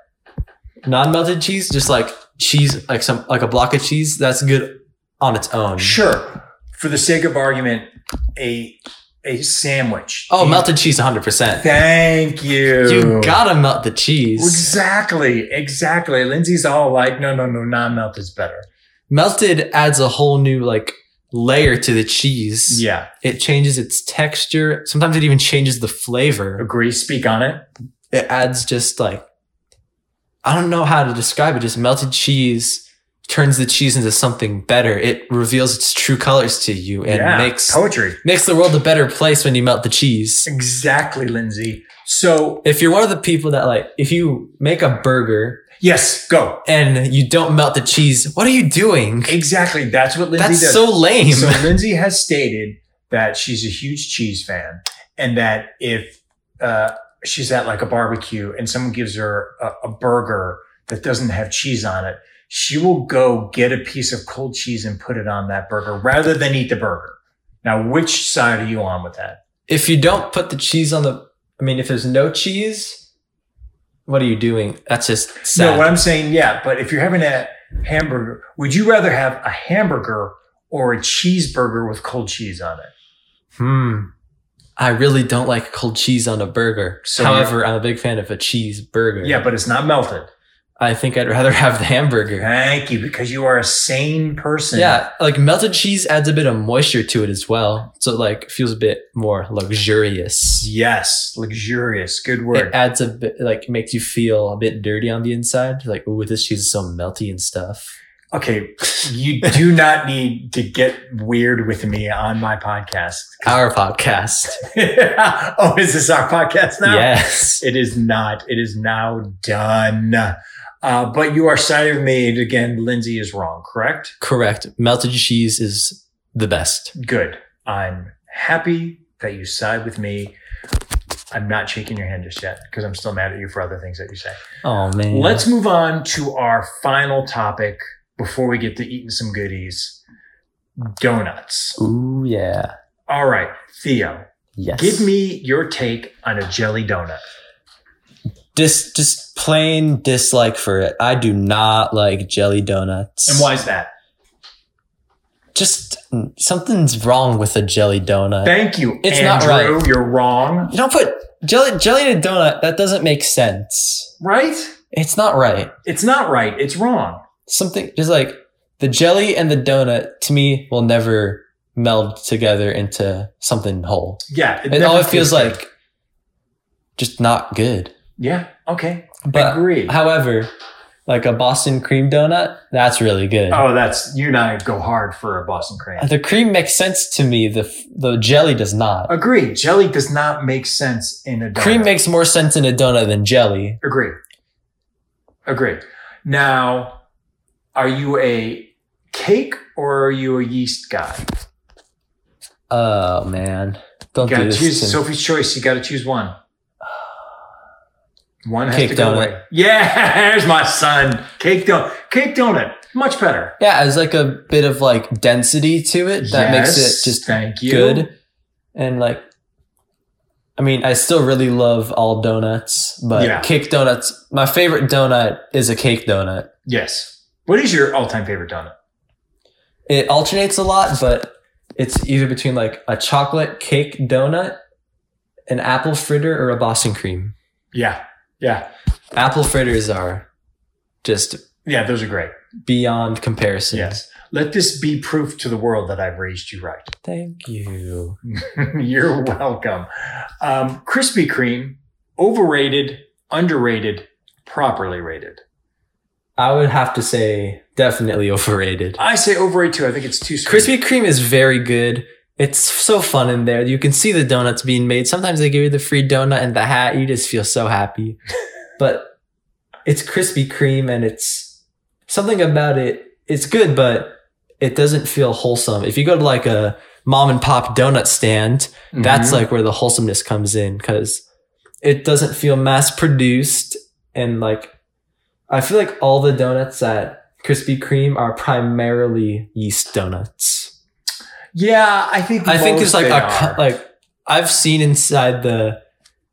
B: non melted cheese, just like cheese, like some, like a block of cheese, that's good on its own.
A: Sure. For the sake of argument, a a sandwich.
B: Oh,
A: You-
B: melted cheese 100%.
A: Thank you.
B: You gotta melt the cheese.
A: exactly, exactly. Lindsay's all like, no, no, no, non-melt is better.
B: Melted adds a whole new like layer to the cheese.
A: Yeah,
B: It changes its texture. Sometimes it even changes the flavor.
A: agree. Speak on it.
B: It adds just like, I don't know how to describe it. Just melted cheese turns the cheese into something better. It reveals its true colors to you and
A: yeah,
B: makes
A: poetry.
B: makes the world a better place when you melt the cheese.
A: Exactly, Lindsay. So
B: If you're one of the people that like, if you make a burger
A: Yes, go.
B: and you don't melt the cheese. What are you doing?
A: Exactly. That's what Lindsay
B: That's
A: does.
B: so lame.
A: So Lindsay has stated that she's a huge cheese fan, and that if uh, she's at like a barbecue and someone gives her a, a burger that doesn't have cheese on it, she will go get a piece of cold cheese and put it on that burger rather than eat the burger. Now, which side are you on with that?
B: if you don't put the cheese on the, I mean, if there's no cheese, what are you doing? That's just sad.
A: No, what I'm saying, yeah. But if you're having a hamburger, would you rather have a hamburger or a cheeseburger with cold cheese on it?
B: hmm. I really don't like cold cheese on a burger.
A: So
B: However, I'm a big fan of a cheeseburger.
A: Yeah, but it's not melted.
B: I think I'd rather <laughs> have the hamburger.
A: Thank you, because you are a sane person.
B: Yeah, like melted cheese adds a bit of moisture to it as well. So it like feels a bit more luxurious.
A: Yes, luxurious. Good
B: It
A: word.
B: adds a bit like makes you feel a bit dirty on the inside. Like, ooh, this cheese is so melty and stuff. <laughs>
A: Okay, you do not need to get weird with me on my podcast. <laughs>
B: Our podcast.
A: oh, is this our podcast <laughs> now?
B: Yes.
A: It is not. It is now done. Uh, but you are siding with me and again. Lindsay is wrong, correct?
B: Correct. Melted cheese is the best.
A: Good. I'm happy that you side with me. I'm not shaking your hand just yet because I'm still mad at you for other things that you say.
B: Oh man.
A: Let's move on to our final topic before we get to eating some goodies donuts.
B: Ooh yeah.
A: All right, Theo,
B: Yes.
A: give me your take on a jelly donut.
B: dis just plain dislike for it. I do not like jelly donuts.
A: And why is that?
B: Just mm, something's wrong with a jelly donut.
A: Thank you.
B: Uh, It's not
A: Andrew. You're wrong.
B: you don't put jelly jelly in a donut. That doesn't make sense.
A: Right?
B: It's not right.
A: It's not right. It's wrong.
B: Something just like the jelly and the donut to me will never meld together into something whole.
A: Yeah.
B: It all
A: never
B: it feels
A: tastes
B: like just not good.
A: good. Yeah. Okay.
B: But
A: Agree.
B: However, like a Boston cream donut, that's really good.
A: oh, that's you and I go hard for a Boston cream.
B: The cream makes sense to me. The f- the jelly does not.
A: Agree. Jelly does not make sense in a donut.
B: Cream makes more sense in a donut than jelly.
A: Agree. Agree. Now, are you a cake or are you a yeast guy?
B: Oh man,
A: You
B: don't do
A: gotta
B: this.
A: choose
B: to me.
A: Sophie's choice. You gotta choose one. One has
B: Cake
A: to go
B: donut.
A: away. Yeah, <laughs> there's my son. Cake donut. Cake donut. Much better.
B: yeah, it's like a bit of like density to it that makes it
A: Yes,
B: just
A: thank you.
B: good. And like, I mean, I still really love all donuts, but
A: Yeah.
B: cake donuts. My favorite donut is a cake donut.
A: Yes. What is your all-time favorite donut?
B: it alternates a lot, but it's either between like a chocolate cake donut, an apple fritter, or a Boston cream.
A: Yeah. Yeah.
B: Apple fritters are just
A: Yeah, those are great.
B: beyond comparison.
A: Yes. Let this be proof to the world that I've raised you right.
B: Thank you.
A: <laughs> You're welcome. Um, Krispy Kreme, overrated, underrated, properly rated.
B: I would have to say definitely overrated.
A: I say overrated too. I think it's too sweet.
B: Krispy Kreme is very good. It's so fun in there. You can see the donuts being made. Sometimes they give you the free donut and the hat. You just feel so happy. but it's Krispy Kreme and it's something about it. It's good, but it doesn't feel wholesome. If you go to like a mom and pop donut stand,
A: Mhm.
B: that's like where the wholesomeness comes in because it doesn't feel mass produced and like i feel like all the donuts at krispy kreme are primarily yeast donuts
A: yeah. I think
B: i think
A: most
B: it's like
A: they
B: a co-
A: are.
B: like i've seen inside the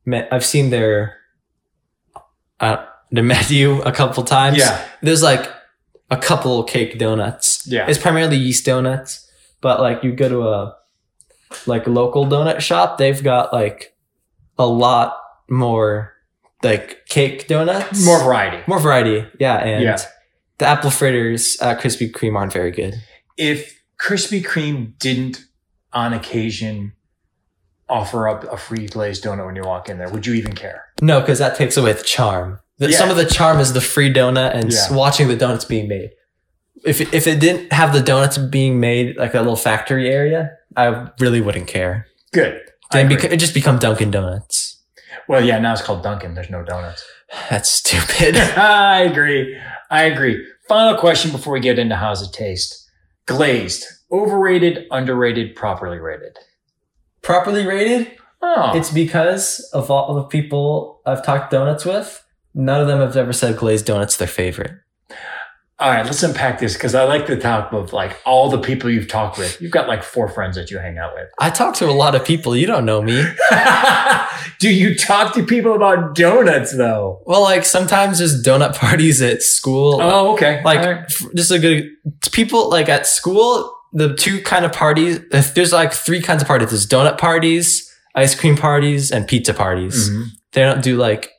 B: me- i've seen their uh, the menu a couple times
A: yeah,
B: there's like a couple cake donuts
A: yeah,
B: it's primarily yeast donuts, but like you go to a like local donut shop, they've got like a lot more like cake donuts,
A: more variety.
B: more variety. Yeah, and
A: Yeah.
B: the apple fritters at Krispy Kreme aren't very good.
A: If Krispy Kreme didn't, on occasion, offer up a free glazed donut when you walk in there, would you even care?
B: No, because that takes away the charm. The,
A: Yeah.
B: Some of the charm is the free donut and s-
A: Yeah.
B: watching the donuts being made. If it- if it didn't have the donuts being made like that little factory area, I really wouldn't care.
A: Good. I
B: Then
A: agree.
B: beca- it just become Dunkin' Donuts.
A: well, yeah. Now it's called Dunkin'. There's no donuts.
B: <laughs> That's
A: <laughs>
B: stupid.
A: I agree. I agree. Final question before we get into how's it taste. Glazed, overrated, underrated, properly rated.
B: <laughs> Properly rated,
A: Oh,
B: it's because of all the people I've talked donuts with, none of them have ever said glazed donuts their favorite.
A: all right. Let's unpack this because I like the top of like all the people you've talked with. You've got like four friends that you hang out with. <laughs>
B: I talk to a lot of people. You don't know me.
A: Do you talk to people about donuts though?
B: Well, like sometimes there's donut <laughs> parties at school.
A: Oh, okay.
B: like
A: All right.
B: f- just a good people like at school. The two kind of parties. If there's like three kinds of parties. There's donut parties, ice cream parties, and pizza parties.
A: Mhm.
B: They don't do like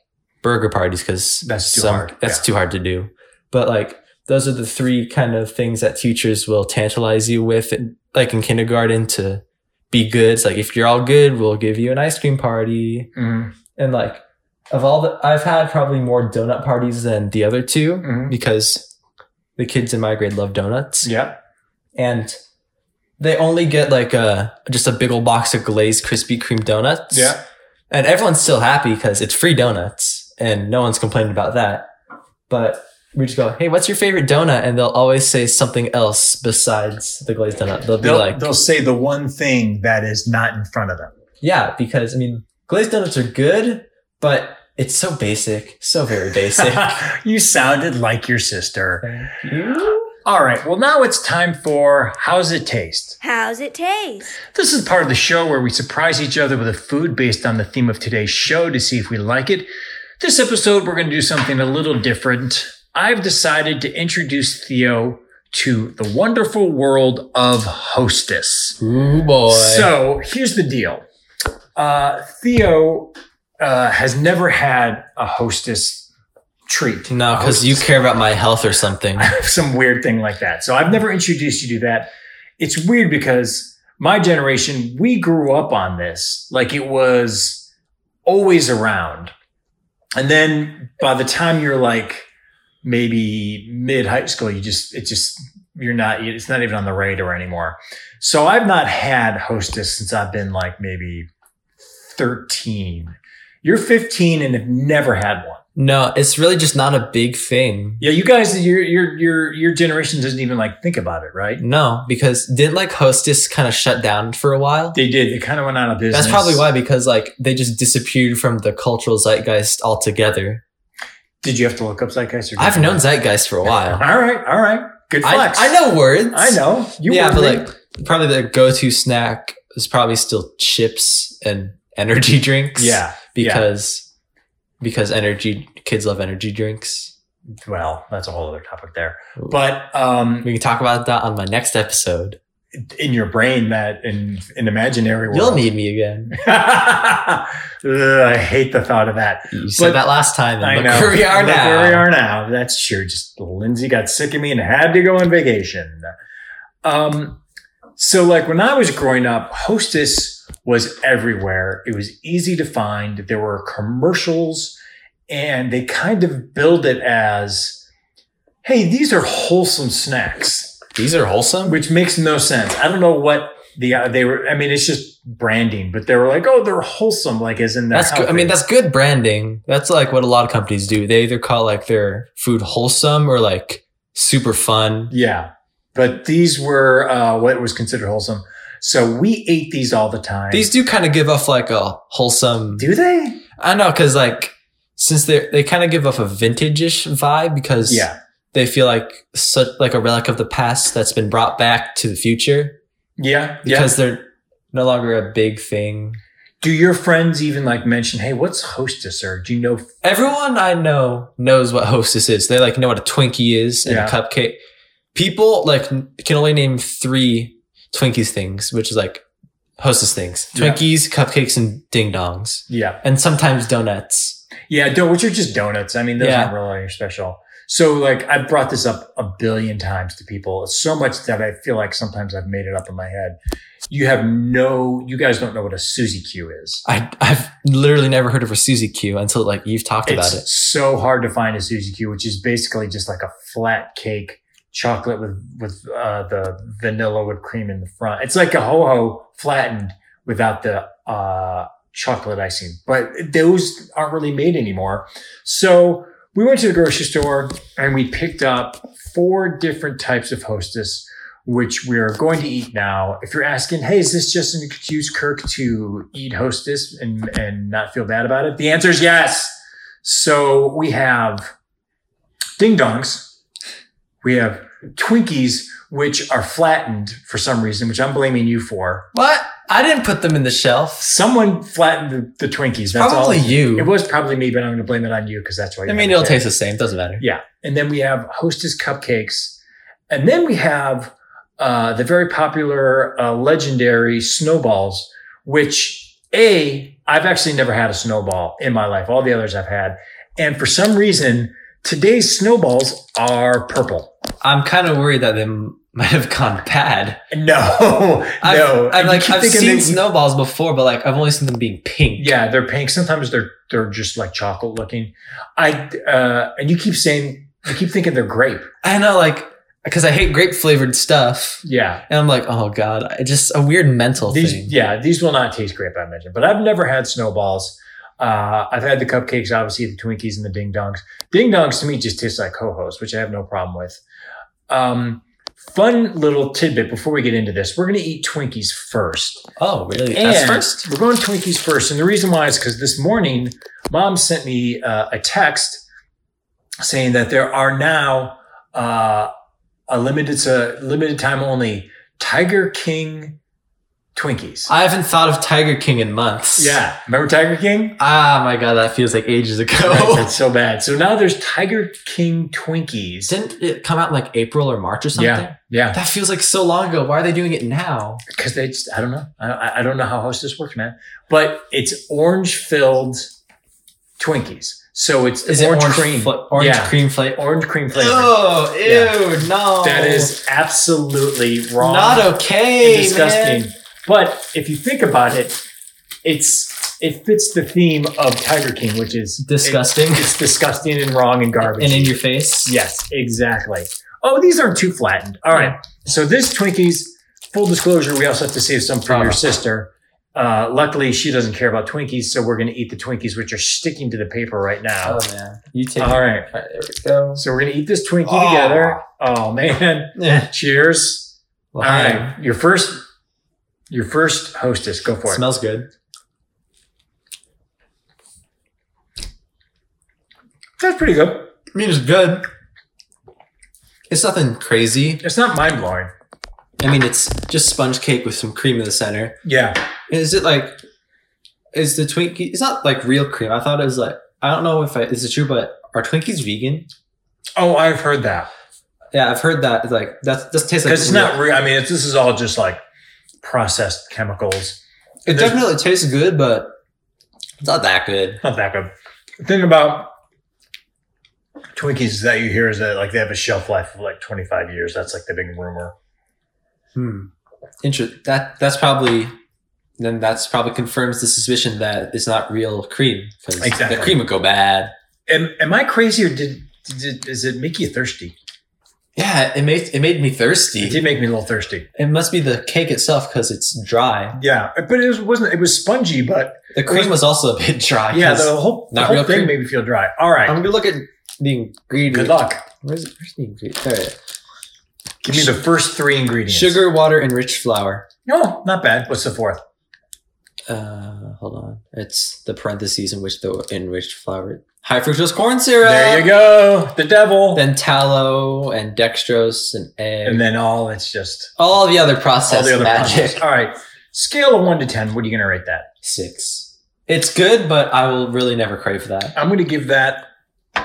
B: burger parties because
A: That's too hard,
B: That's
A: yeah.
B: too hard to do. But like those are the three kind of things that teachers will tantalize you with, in- like in kindergarten to be good. It's like if you're all good, we'll give you an ice cream party.
A: Mhm.
B: and like of all the i've had probably more donut parties than the other 2
A: Mhm.
B: because the kids in my grade love donuts
A: Yeah.
B: and they only get like a just a big old box of glazed krispy kreme donuts
A: Yeah.
B: and everyone's still happy because it's free donuts and no one's complaining about that but we just go hey what's your favorite donut and they'll always say something else besides the glazed donut they'll be
A: They'll,
B: like
A: they'll say the one thing that is not in front
B: <laughs>
A: of them. <laughs>
B: Yeah, because I mean, glazed donuts are good, but it's so basic, so very
A: <laughs>
B: basic.
A: you sounded like your sister.
B: Thank you.
A: All right. Well, now it's time for How's It Taste?
C: How's it taste?
A: This is part of the show where we surprise each other with a food based on the theme of today's show to see if we like it. This episode, we're going to do something a little different. I've decided to introduce Theo to the wonderful world of hostess.
B: Ooh boy.
A: So here's the deal. Uh, Theo uh, has never had a hostess treat.
B: no, because you care about my health or something.
A: <laughs> Some weird thing like that. So I've never introduced you to that. It's weird because my generation, we grew up on this. Like it was always around. And then by the time you're like maybe mid high school, you just, it just, you're not, it's not even on the radar anymore. So I've not had hostess since I've been like maybe 13. You're 15 and have never had one.
B: No, it's really just not a big thing.
A: Yeah, you guys, your your your your generation doesn't even like think about it, right?
B: No, because didn't like Hostess kind of shut down for a while?
A: They did. They kind of went out of business.
B: That's probably why, because like they just disappeared from the cultural zeitgeist altogether.
A: Did you have to look up Zeitgeist? Or did
B: I've
A: you
B: known
A: not?
B: zeitgeist for
A: <laughs>
B: a while.
A: All right, all right. Good
B: I,
A: flex.
B: I know words.
A: I know. You
B: yeah,
A: were
B: but
A: late.
B: like probably the go-to snack is probably still chips and energy drinks.
A: yeah.
B: because because energy kids love energy drinks.
A: Well, that's a whole other topic there.
B: Ooh.
A: But um,
B: We can talk about that on my next episode.
A: in your brain, that in an imaginary world,
B: You'll need me again.
A: <laughs> Ugh, I hate the thought of that.
B: You said
A: But-
B: that last time, and
A: I
B: look
A: know.
B: where we are
A: Look
B: now.
A: Where we are now. That's sure. Just Lindsay got sick of me and had to go on vacation. Um, so like when I was growing up, Hostess was everywhere. It was easy to find. There were commercials, and they kind of build it as, "Hey, these are wholesome snacks."
B: These are wholesome.
A: which makes no sense. I don't know what the uh, they were. I mean, it's just branding, but they were like, oh, they're wholesome, like as in they're
B: That's good. I
A: healthy.
B: mean, that's good branding. That's like what a lot of companies do. They either call like their food wholesome or like super fun.
A: yeah. But these were uh, what was considered wholesome. So we ate these all the time.
B: These do kind of give off like a wholesome.
A: do they?
B: I know because like since they are they kind of give off a vintage-ish vibe because
A: Yeah,
B: they feel like such like a relic of the past that's been brought back to the future
A: yeah, yeah.
B: because they're no longer a big thing.
A: Do your friends even like mention, hey, what's Hostess or do you know?
B: Everyone I know knows what Hostess is. They like know what a Twinkie is and
A: Yeah.
B: a cupcake. People like n- can only name three Twinkies things, which is like Hostess things:
A: Yeah.
B: Twinkies, cupcakes, and ding dongs,
A: Yeah,
B: and sometimes donuts.
A: yeah. Don't which are just donuts. I mean, those
B: Yeah.
A: aren't really special. So like I've brought this up a billion times to people, so much that I feel like sometimes I've made it up in my head. You have no, you guys don't know what a Suzy Q is.
B: I I've literally never heard of a Suzy Q until like you've talked about it.
A: It's so hard to find a Suzy Q, which is basically just like a flat cake, chocolate with with uh, the vanilla whipped cream in the front. It's like a ho ho flattened without the uh, chocolate icing, but those aren't really made anymore. So we went to the grocery store and we picked up four different types of hostess, which we're going to eat now. If you're asking, hey, is this just an excuse, Kirk, to eat hostess and, and not feel bad about it? The answer is yes. So we have ding dongs, we have Twinkies, which are flattened for some reason, which I'm blaming you for.
B: What? I didn't put them in the shelf.
A: Someone flattened the, the Twinkies. That's
B: Probably
A: all.
B: you.
A: It was probably me, but I'm going to blame it on you because that's why.
B: I
A: you
B: mean,
A: had
B: it'll
A: it.
B: taste the same. Doesn't matter.
A: Yeah, and then we have Hostess cupcakes, and then we have uh, the very popular, uh, legendary snowballs. Which a I've actually never had a snowball in my life. All the others I've had, and for some reason today's snowballs are
B: <laughs>
A: purple.
B: I'm kind of worried that they m- <laughs> might have gone bad.
A: <laughs> No,
B: I've,
A: no.
B: I've,
A: You
B: like,
A: keep
B: I've
A: thinking
B: seen
A: that-
B: snowballs before, but like I've only seen them being pink.
A: Yeah, they're pink. Sometimes they're they're just like chocolate looking. I uh and you keep saying you keep thinking they're grape.
B: I know, like, because I hate grape flavored stuff,
A: Yeah.
B: and I'm like, oh god, I just a weird mental
A: These
B: thing.
A: yeah, these will not taste grape, I mentioned. But I've never had snowballs. Uh I've had the cupcakes, obviously the Twinkies and the ding dongs. Ding dongs to me just taste like ho-hos, which I have no problem with. Um fun little tidbit before we get into this. We're gonna eat Twinkies first.
B: Oh, really?
A: And
B: That's first.
A: We're going Twinkies first, and the reason why is because this morning, mom sent me uh, a text saying that there are now uh, a limited, it's a limited time only Tiger King Twinkies.
B: I haven't thought of Tiger King in months.
A: yeah, remember Tiger King?
B: Ah, my god, that feels like ages ago.
A: Right, that's so bad. So now there's Tiger King Twinkies.
B: <laughs> Didn't it come out in like April or March or something?
A: Yeah, yeah,
B: That feels like so long ago. Why are they doing it now?
A: because they just, I don't know. I- I, I don't know how Hostess works, man. But it's orange filled Twinkies. So it's
B: Is
A: orange,
B: it orange
A: cream.
B: fla- orange
A: Yeah.
B: cream flavor?
A: orange cream flavor.
B: Oh, ew, no.
A: That is absolutely wrong.
B: not
A: and
B: okay.
A: disgusting.
B: man.
A: But if you think about it, it's it fits the theme of Tiger King, which is
B: Disgusting.
A: it- it's disgusting and wrong and garbage.
B: And in your face.
A: yes, exactly. Oh, these aren't too flattened. All right. So this Twinkies. Full disclosure: We also have to save some for
B: Oh.
A: your sister. Uh, luckily, she doesn't care about Twinkies, so we're going to eat the Twinkies, which are sticking to the paper right now.
B: Oh man. You take
A: All right.
B: All right, there we go.
A: So we're going to eat this Twinkie
B: Oh.
A: together. Oh man!
B: Yeah.
A: Cheers.
B: Well,
A: All
B: hey,
A: right, your first, your first hostess. Go for it.
B: Smells good.
A: That's pretty good.
B: I mean, it's good. It's nothing crazy.
A: It's not mind blowing.
B: I mean, it's just sponge cake with some cream in the center.
A: Yeah,
B: Is it like? Is the Twinkie? It's not like real cream. I thought it was like. I don't know if I, is it true, but are Twinkies vegan?
A: Oh, I've heard that
B: Yeah, I've heard that. It's like that doesn't taste like.
A: because it's
B: real-
A: not real. I mean, it's, this is all just like processed chemicals.
B: It
A: there's-
B: definitely tastes good, but it's not that good.
A: Not that good. The thing about Twinkies that you hear is that like they have a shelf life of like twenty five years. That's like the big rumor.
B: Hmm. Interesting. That that's probably then that's probably confirms the suspicion that it's not real cream because
A: Exactly.
B: the cream would go bad.
A: Am, am I crazy or did, did does it make you thirsty?
B: Yeah, it made it made me
A: It did
B: thirsty.
A: make me a little thirsty.
B: It must be the cake itself because it's dry.
A: Yeah, but it was, wasn't. It was spongy, but
B: The cream was also a bit dry.
A: yeah,
B: 'cause-
A: the whole, the
B: not
A: whole
B: real
A: thing
B: cream.
A: made me feel dry. All right,
B: I'm gonna look at the ingredients.
A: good luck.
B: Where's, where's the ingredient? There it is.
A: Give me the first three ingredients.
B: Sugar, water, and rich flour.
A: No, not bad. What's the fourth?
B: Uh, hold on. It's the parentheses in which the enriched flour. High fructose corn syrup.
A: There you go. The devil.
B: Then tallow and dextrose and egg.
A: and then all it's just
B: all the other processed
A: all the other
B: magic.
A: process. All right. Scale of one to ten. What are you gonna rate that?
B: Six. It's good, but I will really never crave that.
A: I'm gonna give that a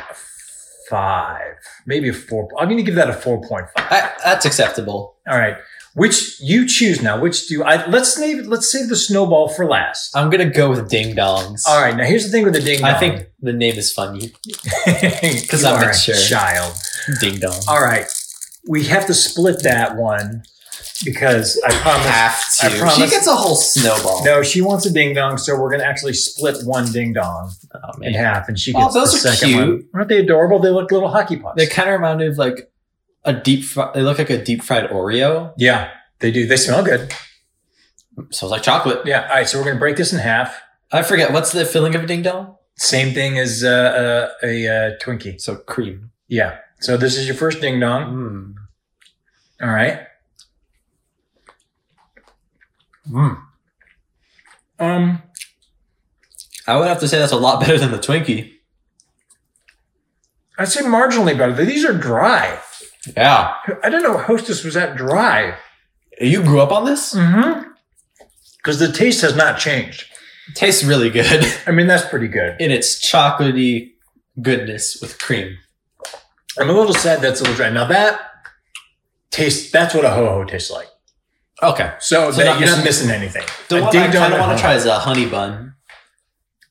A: five. Maybe a four. I'm gonna give that a four point five.
B: I, that's acceptable.
A: All right. Which you choose now. Which do I let's save let's save the snowball for last.
B: I'm gonna go with ding dongs.
A: All right, now here's the thing with the ding dong.
B: I think the name is funny. <laughs>
A: because
B: I'm
A: I'm a
B: mature.
A: child.
B: Ding dong.
A: All right, we have to split that one because I promise
B: Have
A: I
B: to. She
A: promise-
B: gets a whole snowball.
A: No, she wants a ding dong, so we're gonna actually split one ding dong
B: Oh,
A: in
B: man.
A: half, and she
B: Oh,
A: gets
B: those
A: the
B: are
A: second
B: cute.
A: one. Aren't they adorable? They look little hockey pucks.
B: They kind of remind me of like a deep. Fr- they look like a deep fried Oreo.
A: yeah, they do. They smell good.
B: Smells like chocolate.
A: Yeah. All right, so we're gonna break this in half.
B: I forget what's the filling of a ding dong.
A: Same thing as uh, uh, a uh, Twinkie.
B: So cream.
A: Yeah. So this is your first ding dong.
B: Mm.
A: All right.
B: Mm.
A: Um.
B: I would have to say that's a lot better than the Twinkie.
A: I'd say marginally better. These are dry.
B: Yeah.
A: I didn't know Hostess was that dry.
B: You grew up on this?
A: Mm-hmm. Because the taste has not changed.
B: Tastes really good <laughs>
A: I mean, that's pretty good.
B: in its chocolatey goodness with cream.
A: I'm a little sad that's a little dry. Now that tastes. That's what a ho ho tastes like.
B: Okay.
A: So,
B: So
A: that
B: not
A: you're not
B: missing-
A: missing anything.
B: The
A: A
B: one I
A: ding-dong
B: kind of
A: at
B: want
A: home.
B: to try is a honey bun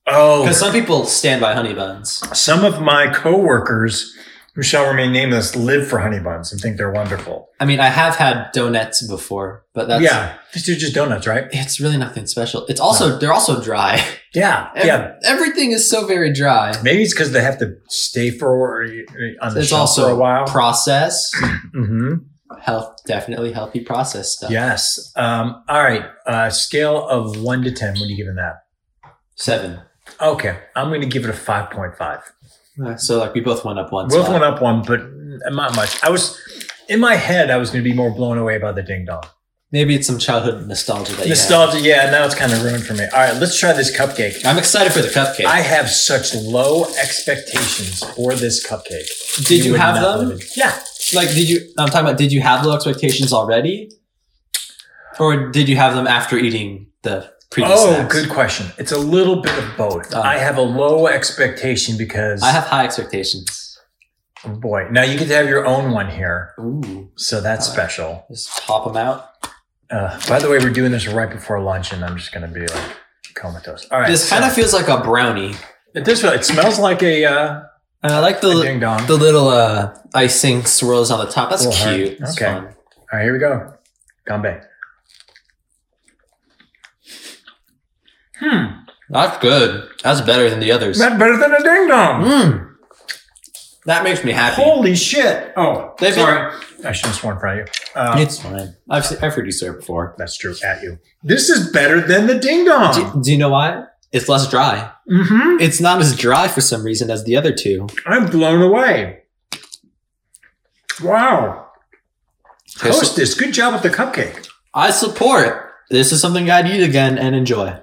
A: Oh,
B: because some people stand by honey buns.
A: some of my coworkers who shall remain nameless live for honey buns and think they're wonderful.
B: I mean, I have had donuts before, but that's
A: yeah, these are just donuts, right?
B: It's really nothing special. It's also they're also dry. <laughs>
A: Yeah,
B: Ev-
A: yeah.
B: everything is so very dry.
A: Maybe it's because they have to stay for uh, on the
B: It's
A: shelf
B: also
A: for a while.
B: process
A: hmm
B: health, definitely healthy process stuff.
A: Yes. Um, all right. Uh, scale of one to ten. What are you giving that?
B: seven.
A: Okay, I'm going to give it a five point five.
B: So like we both went up one.
A: Both
B: spot.
A: went up one, but not much. I was in my head. I was going to be more blown away by the ding dong.
B: Maybe it's some childhood nostalgia that
A: Nostalgia. Yeah, now it's kind of ruined for me. All right, let's try this cupcake.
B: you have. I'm excited for the cupcake.
A: I have such low expectations for this cupcake.
B: did you,
A: would
B: have
A: not
B: them?
A: believe it. Yeah.
B: Like did you? I'm talking about. Did you have low expectations already, or did you have them after eating the previous?
A: Oh,
B: snacks?
A: good question. It's a little bit of both.
B: Ah.
A: I have a low expectation because
B: I have high expectations.
A: oh boy. Now you get to have your own one here,
B: Ooh,
A: so that's
B: All right.
A: special.
B: just pop them out.
A: Uh, by the way, we're doing this right before lunch, and I'm just going to be like comatose. All right.
B: this kind of feels like a brownie.
A: of this. It smells like a, uh,
B: And I like
A: a
B: the
A: ding dong.
B: the little uh, icing swirls on the top. That's
A: Little heart.
B: cute. That's
A: Okay.
B: fun.
A: All right, here we go. Gombe. Hmm.
B: That's good. That's better than the others.
A: That's better than a ding dong.
B: Mm. That makes me happy.
A: Holy shit! Oh,
B: They've been-
A: sorry. I should have sworn in front of you. Uh,
B: It's fine. I've se- I've heard you say it before.
A: that's true. At you. This is better than the ding dong.
B: Do, do you know why? It's less dry.
A: Mm-hmm.
B: It's not as dry for some reason as the other two.
A: I'm blown away. Wow.
B: Okay, so-
A: Hostess, good job with the cupcake.
B: I support. This is something I'd eat again and enjoy.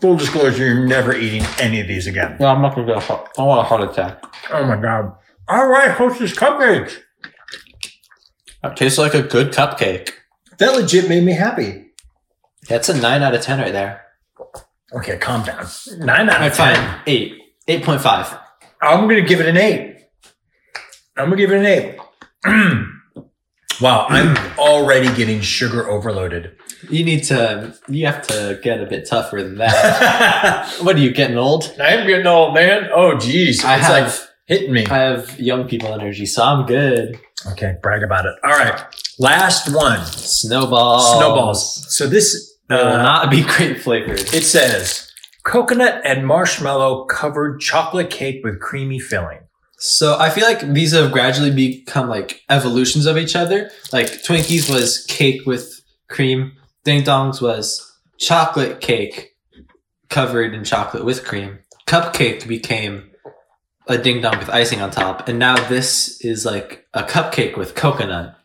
A: Full disclosure, you're never eating any of these again.
B: No, I'm not gonna get a heart. I want a heart attack.
A: Oh my god. All right, hostess cupcakes.
B: That tastes like a good cupcake.
A: That legit made me happy.
B: That's a nine out of ten right there.
A: Okay, calm down. Nine out
B: All right,
A: of ten.
B: fine. Eight. Eight point five.
A: I'm going to give it an eight. I'm going to give it an eight. <clears throat> wow, I'm already getting sugar overloaded. <laughs>
B: You need to. You have to get a bit tougher than <laughs> that.
A: I
B: what are you getting old?
A: am getting old, man. Oh, geez.
B: I
A: it's
B: have.
A: like hitting me.
B: I have young people energy, so I'm good.
A: Okay, brag about it. All right, last one
B: Snowballs.
A: snowballs. So this,
B: They will
A: uh,
B: Oh. not be great flavored.
A: it says coconut and marshmallow covered chocolate cake with creamy filling.
B: So I feel like these have gradually become like evolutions of each other. Like Twinkies was cake with cream. Ding Dongs was chocolate cake covered in chocolate with cream. Cupcake became a ding dong with icing on top, and now this is like a cupcake with coconut.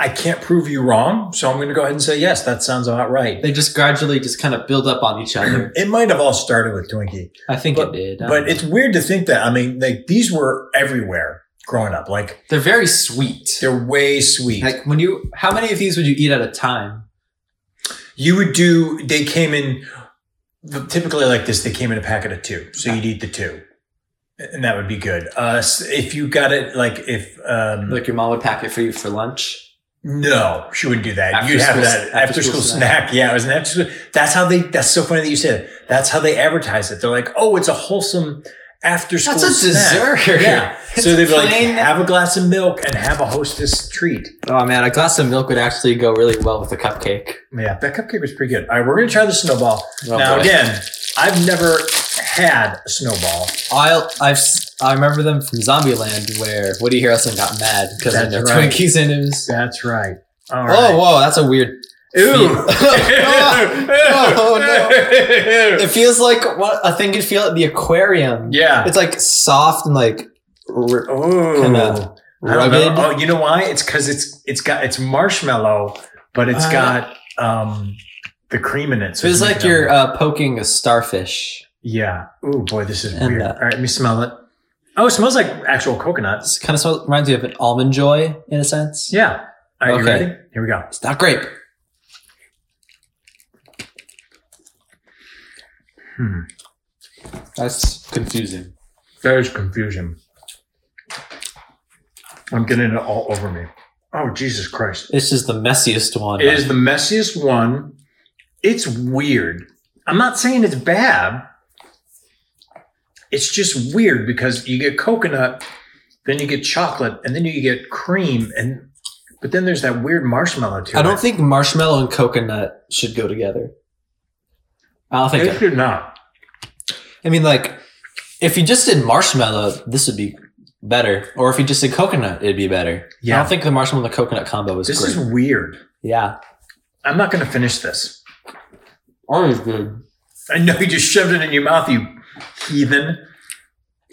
A: I can't prove you wrong, so I'm going to go ahead and say yes. That sounds about right. <clears throat>
B: They just gradually just kind of build up on each other.
A: It might have all started with Twinkie.
B: I think it did. I don't
A: But
B: know.
A: it's weird to think that. I mean, like these were everywhere growing up. Like
B: Um, they're very sweet.
A: they're way sweet.
B: Like when you, how many of these would you eat at a time?
A: you would do. They came in typically like this. They came in a packet of two, so you'd eat the two, and that would be good. Uh, s- if you got it, like if um,
B: Like your mom would pack it for you for lunch.
A: no, she wouldn't do that.
B: After
A: You'd have
B: school-
A: that after, school, snack. Yeah, it was an after school. That's how they. That's so funny that you said. That. That's how they advertise it. They're like, oh, it's a wholesome after school.
B: That's a
A: snack.
B: dessert.
A: Yeah.
B: It's
A: so they'd be like,
B: plain-
A: have a glass of milk and have a hostess treat.
B: Oh man, a glass of milk would actually go really well with a cupcake.
A: Yeah, that cupcake was pretty good. All right, we're gonna try the snowball.
B: Oh,
A: now
B: boy.
A: again, I've never had a snowball.
B: I'll, I've, s- I remember them from Zombieland where Woody Harrelson got mad because
A: That's
B: there were
A: right.
B: Twinkies in his.
A: That's right. All
B: Oh,
A: right.
B: whoa, that's a weird
A: Ew. <laughs>
B: <laughs> Oh, It feels like what I think you'd feel at the aquarium.
A: Yeah.
B: It's like soft and like r-
A: Ooh. I
B: kinda
A: don't know.
B: rugged.
A: Oh, you know why? It's because it's it's got it's marshmallow, but it's
B: Uh,
A: got um the cream in it.
B: It
A: so
B: feels
A: it's
B: like
A: not-
B: you're uh, poking a starfish.
A: Yeah. Ooh, boy, this is
B: And,
A: weird.
B: uh,
A: All right, let me smell it. Oh, it smells like actual coconut.
B: This kind of smells, reminds me of an almond joy in a sense.
A: Yeah. All right, you
B: Okay.
A: ready? Here we go.
B: It's not grape.
A: Hmm.
B: That's confusing.
A: That is confusion. I'm getting it all over me. Oh, Jesus Christ.
B: This is the messiest one.
A: It is the messiest one. It's weird. I'm not saying it's bad. It's just weird because you get coconut, then you get chocolate, and then you get cream, and but then there's that weird marshmallow too.
B: I don't think marshmallow and coconut should go together. I don't think.
A: they should not.
B: I mean, like, if you just did marshmallow, this would be better. Or if you just did coconut, it'd be better. I
A: Yeah,
B: don't think the marshmallow and the coconut combo is
A: this
B: great.
A: is weird.
B: yeah.
A: I'm not going to finish this.
B: Orange good.
A: I know you just shoved it in your mouth, you heathen.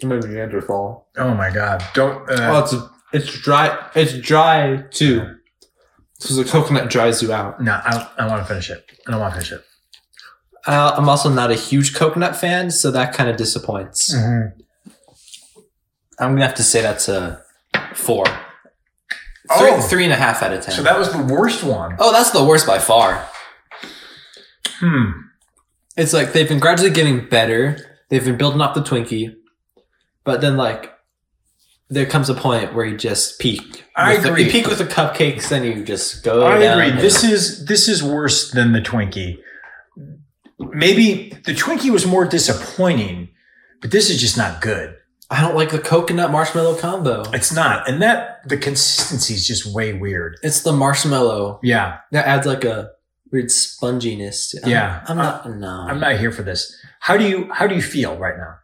B: Maybe Neanderthal.
A: Oh my God! Don't.
B: Oh,
A: Uh,
B: it's it's dry. It's dry too. So the coconut dries you out.
A: No, I, I want to finish it. I don't want to finish it.
B: Uh, I'm also not a huge coconut fan, so that kind of disappoints.
A: Mm-hmm.
B: I'm gonna have to say that's a four. Three,
A: Oh.
B: three and a half out of ten.
A: So that was the worst one.
B: oh, that's the worst by far.
A: Hmm.
B: It's like they've been gradually getting better. They've been building up the Twinkie, but then like there comes a point where you just peak.
A: I
B: With the-
A: agree.
B: you peak with the cupcakes, then you just go.
A: I
B: down
A: agree.
B: and-
A: This is this is worse than the Twinkie. Maybe the Twinkie was more disappointing, but this is just not good.
B: I don't like the coconut marshmallow combo.
A: It's not, and that the consistency is just way weird.
B: It's the marshmallow
A: Yeah,
B: that adds like a weird sponginess. To, I'm-
A: Yeah.
B: I'm not. No,
A: I'm not here for this. How do you how do you feel right now?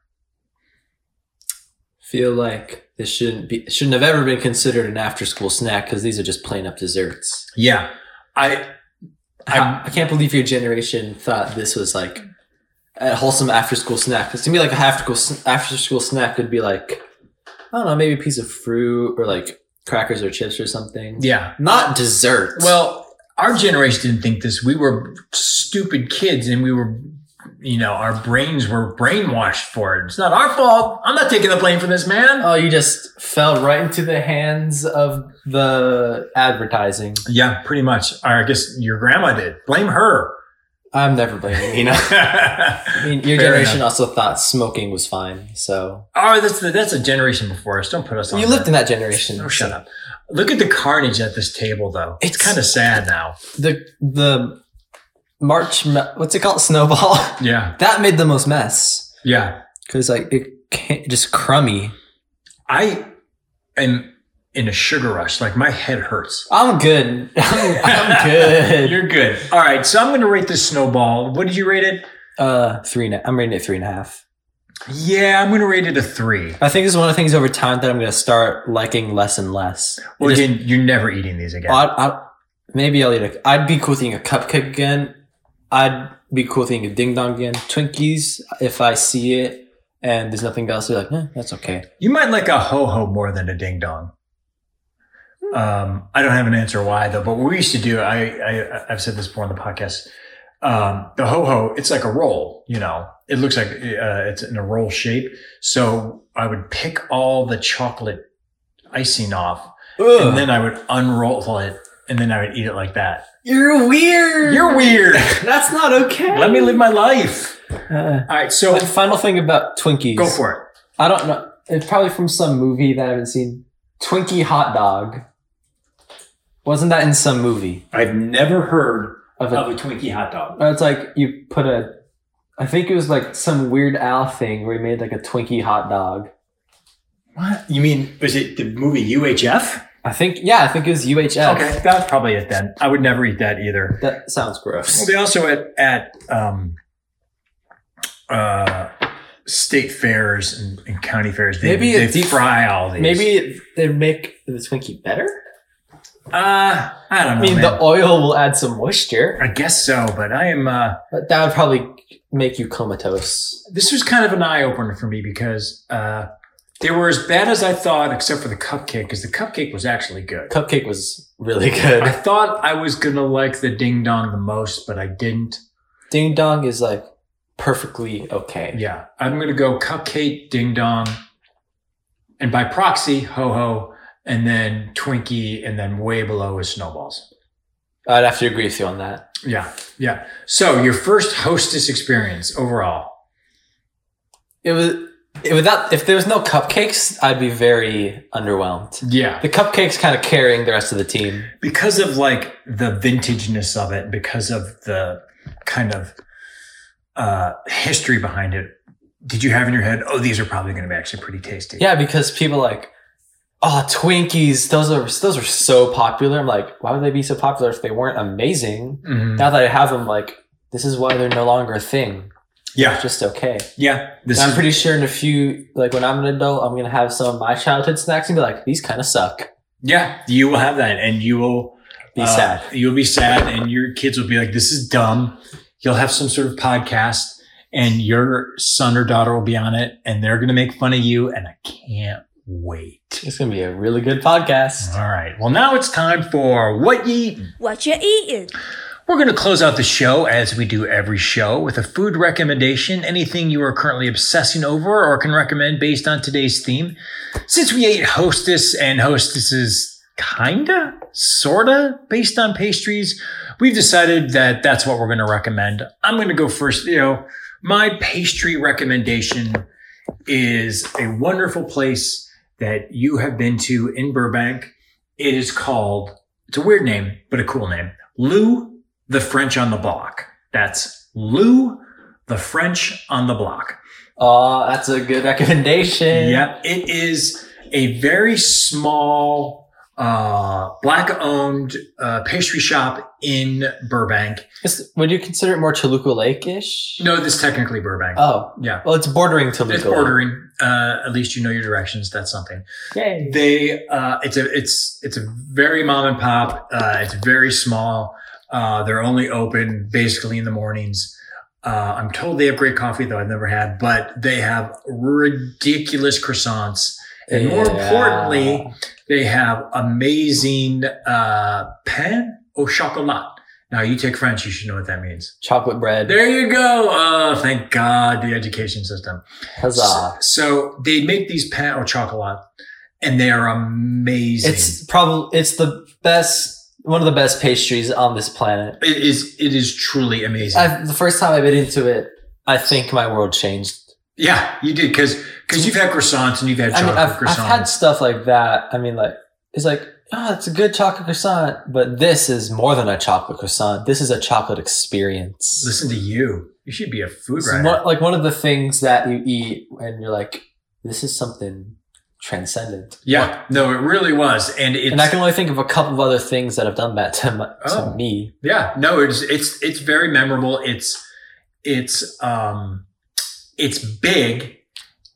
B: feel like this shouldn't be shouldn't have ever been considered an after school snack because these are just plain up desserts.
A: Yeah, I
B: I,
A: I'm-
B: I can't believe your generation thought this was like a wholesome after school snack. Because to me, like a after school after school snack would be like I don't know, maybe a piece of fruit or like crackers or chips or something.
A: yeah.
B: Not dessert.
A: Well, our generation didn't think this. We were stupid kids, and we were. You know, our brains were brainwashed for it. It's not our fault. I'm not taking the blame for this, man.
B: oh, you just fell right into the hands of the advertising.
A: Yeah, pretty much. Or I guess your grandma did. Blame her. <laughs>
B: I'm never blaming you. Know, I
A: oh,
B: mean, your
A: Fair
B: generation also thought smoking was fine. So
A: Oh, that's the, that's a generation before us. Don't put us on.
B: you
A: that.
B: lived in that generation.
A: Oh, shut up. Look at the carnage at this table, though. It's
B: It's-
A: kind of sad now.
B: The the March. What's it called? Snowball. <laughs>
A: Yeah,
B: that made the most mess.
A: yeah.
B: because like it can't just crummy.
A: I am in a sugar rush. Like my head hurts.
B: I'm good. <laughs> I'm,
A: <laughs>
B: I'm good.
A: You're good. All right. So I'm going to rate this snowball. What did you rate it?
B: Uh, three and a, I'm rating it three and a half.
A: Yeah, I'm going to rate it a three.
B: I think this is one of the things over time that I'm gonna start liking less and less. It
A: Well,
B: just-
A: again, you're never eating these again.
B: I, I, maybe I'll eat a. I'd be cool with eating a cupcake again. I'd be cool with eating a ding dong again. Twinkies, if I see it and there's nothing else, you're like, eh, that's okay.
A: You might like a ho ho more than a ding dong. Um, I don't have an answer why though, but what we used to do, I, I I've said this before on the podcast. Um, the ho ho, it's like a roll, you know, it looks like uh, it's in a roll shape. So I would pick all the chocolate icing off, and then I would unroll it, and then I would eat it like that.
B: you're weird.
A: You're weird.
B: That's not okay.
A: Let me live my life.
B: Uh,
A: All right, so
B: final thing about Twinkies.
A: go for it.
B: I don't know. It's probably from some movie that I haven't seen. Twinkie hot dog. Wasn't that in some movie?
A: I've never heard
B: Of a,
A: a Twinkie hot dog.
B: it's like you put a. I think it was like some weird Al thing where he made like a Twinkie hot dog.
A: What you mean? Was it the movie UHF?
B: I think yeah, I think it was UHF.
A: Okay, that's probably it then. I would never eat that either.
B: That sounds gross.
A: Well, they also at at um, uh, state fairs and, and county fairs. They,
B: Maybe
A: they
B: a deep-
A: fry all these.
B: Maybe they make the Twinkie better.
A: Uh, I don't know.
B: I mean,
A: man.
B: the oil will add some moisture,
A: I guess so, but I am. Uh,
B: but that would probably make you comatose.
A: this was kind of an eye opener for me because uh, they were as bad as I thought, except for the cupcake, because the cupcake was actually good.
B: Cupcake was really <laughs>
A: I
B: good.
A: thought I was gonna like the ding dong the most, but I didn't.
B: Ding dong is like perfectly okay.
A: Yeah, I'm gonna go cupcake, ding dong, and by proxy, ho ho, and then Twinkie, and then way below is snowballs.
B: I'd have to agree with you on that.
A: Yeah, yeah. So your first hostess experience overall.
B: It was it, without if there was no cupcakes, I'd be very underwhelmed.
A: Yeah,
B: The cupcakes kind of carrying the rest of the team.
A: because of like the vintageness of it, because of the kind of uh, history behind it, did you have in your head, oh, these are probably going to be actually pretty tasty?
B: Yeah, because people like, oh, Twinkies. Those are those are so popular. I'm like, why would they be so popular if they weren't amazing?
A: Mhm.
B: Now that I have them, like, this is why they're no longer a thing.
A: Yeah.
B: It's just okay.
A: Yeah. This
B: And I'm
A: is,
B: pretty sure in a few, like when I'm an adult, I'm gonna have some of my childhood snacks and be like, these kind of suck.
A: yeah. You will have that and you will
B: Be
A: uh,
B: sad.
A: You'll be sad and your kids will be like, this is dumb. You'll have some sort of podcast and your son or daughter will be on it and they're going to make fun of you. And I can't wait.
B: It's gonna be a really good podcast.
A: All right. Well, now it's time for what ye eatin'.
C: What you eating?
A: We're going to close out the show as we do every show with a food recommendation, anything you are currently obsessing over or can recommend based on today's theme. Since we ate hostess and hostesses kinda, sorta based on pastries, we've decided that that's what we're going to recommend. I'm going to go first. You know, my pastry recommendation is a wonderful place that you have been to in Burbank. It is called, it's a weird name, but a cool name. Lou the French on the block. That's Lou, the French on the block.
B: Oh, that's a good recommendation.
A: Yep. It is a very small, uh, black owned, uh, pastry shop in Burbank.
B: Is- would you consider it more Chalupa Lake ish?
A: No, this is technically Burbank.
B: Oh,
A: yeah.
B: well, it's bordering Toluca.
A: It's ordering. Uh, at least you know your directions. That's something.
B: Yay.
A: They, uh, it's a, it's, it's a very mom and pop. Uh, it's very small. Uh, they're only open basically in the mornings. Uh, I'm told they have great coffee, though I've never had, but they have ridiculous croissants. And more importantly, they have amazing uh, pain au chocolat. Now, you take French, you should know what that means.
B: chocolate bread.
A: There you go. Uh, thank God, the education system. So,
B: Huzzah.
A: so they make these pain au chocolat, and they are amazing.
B: It's probably it's the best one of the best pastries on this planet.
A: it is it is truly amazing.
B: I, the first time I bit into it, I think my world changed.
A: yeah, you did because because you've had croissants and you've had
B: I mean,
A: chocolate
B: I've, I've
A: croissants.
B: had stuff like that. I mean, like it's like oh, it's a good chocolate croissant, but this is more than a chocolate croissant. This is a chocolate experience.
A: Listen to you. You should be a food
B: It's
A: writer.
B: one- like one of the things that you eat and you're like, this is something transcendent.
A: Yeah, no, it really was, and it's
B: and I can only think of a couple of other things that have done that to, my,
A: Oh.
B: to me.
A: yeah, no, it's it's it's very memorable. It's it's um it's big,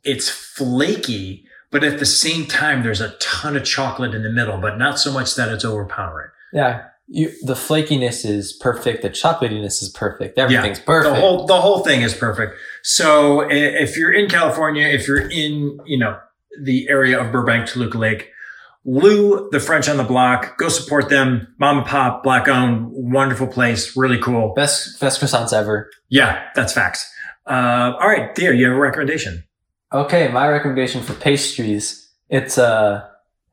A: it's flaky, but at the same time, there's a ton of chocolate in the middle, but not so much that it's overpowering.
B: Yeah. You, the flakiness is perfect. The chocolatiness is perfect. Everything's perfect.
A: The whole the whole thing is perfect. So i- if you're in California, if you're in you know the area of Burbank, Toluca Lake, Lou, the French on the block, go support them. Mom and pop, black owned, wonderful place, really cool.
B: best, best croissants ever.
A: Yeah, that's facts. Uh, all right, dear, you have a recommendation.
B: Okay. My recommendation for pastries. It's a,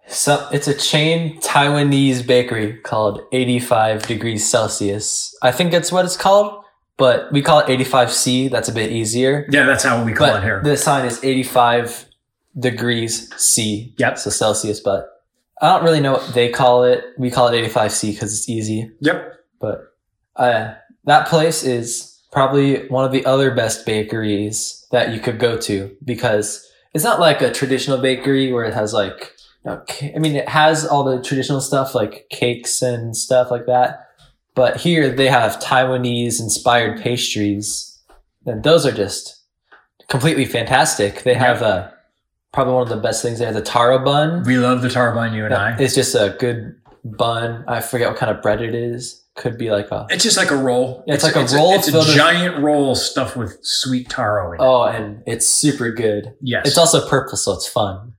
B: so, it's a chain Taiwanese bakery called 85 degrees Celsius. I think that's what it's called, but we call it 85C. That's a bit easier.
A: Yeah, that's how we call
B: but
A: it here.
B: The sign is 85 degrees C.
A: Yep.
B: So Celsius, but I don't really know what they call it. We call it 85 C because it's easy.
A: yep.
B: But uh, that place is probably one of the other best bakeries that you could go to because it's not like a traditional bakery where it has like, you know, ca- I mean, it has all the traditional stuff like cakes and stuff like that. But here they have Taiwanese inspired pastries, and those are just completely fantastic. They have uh, probably one of the best things. They have the taro bun.
A: We love the tarbine, you and I.
B: It's just a good bun. I forget what kind of bread it is. Could be like a
A: It's just like a roll.
B: Yeah, it's like a roll
A: It's a
B: filled with-
A: giant roll stuffed with sweet taro in it.
B: oh, and it's super good.
A: yes.
B: It's also purple, so it's fun.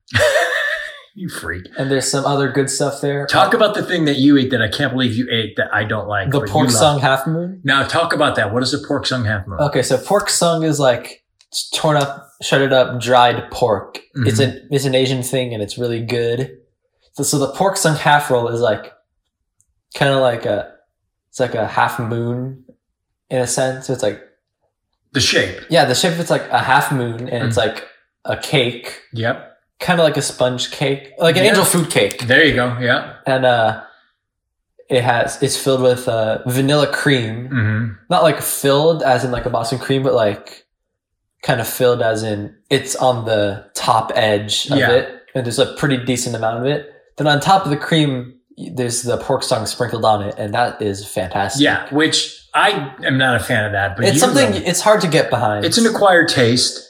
A: you freak.
B: And there's some other good stuff there.
A: Talk about the thing that you ate that I can't believe you ate that I don't like.
B: the
A: but you
B: pork
A: love.
B: sung half moon.
A: Now talk about that. What is a pork sung half moon?
B: Okay, so pork sung is like torn up, shredded up, dried pork.
A: Mm-hmm.
B: It's an it's an Asian thing, and it's really good. So, so the pork sung half roll is like kind of like a it's like a half moon in a sense. So it's like
A: The shape.
B: yeah, the shape of it's like a half moon, and it's
A: Mm.
B: like a cake,
A: Yep.
B: kind of like a sponge cake, like an
A: Yeah.
B: angel food cake,
A: There you go. Yeah.
B: and uh, it has it's filled with uh, vanilla cream.
A: Mm-hmm.
B: not like filled as in like a Boston cream, but like kind of filled as in it's on the top edge of
A: Yeah.
B: it, and there's a pretty decent amount of it. Then on top of the cream, there's the pork song sprinkled on it, and that is fantastic.
A: Yeah. Which I am not a fan of that, but
B: it's
A: you
B: something.
A: love it.
B: It's hard to get behind.
A: It's an acquired taste.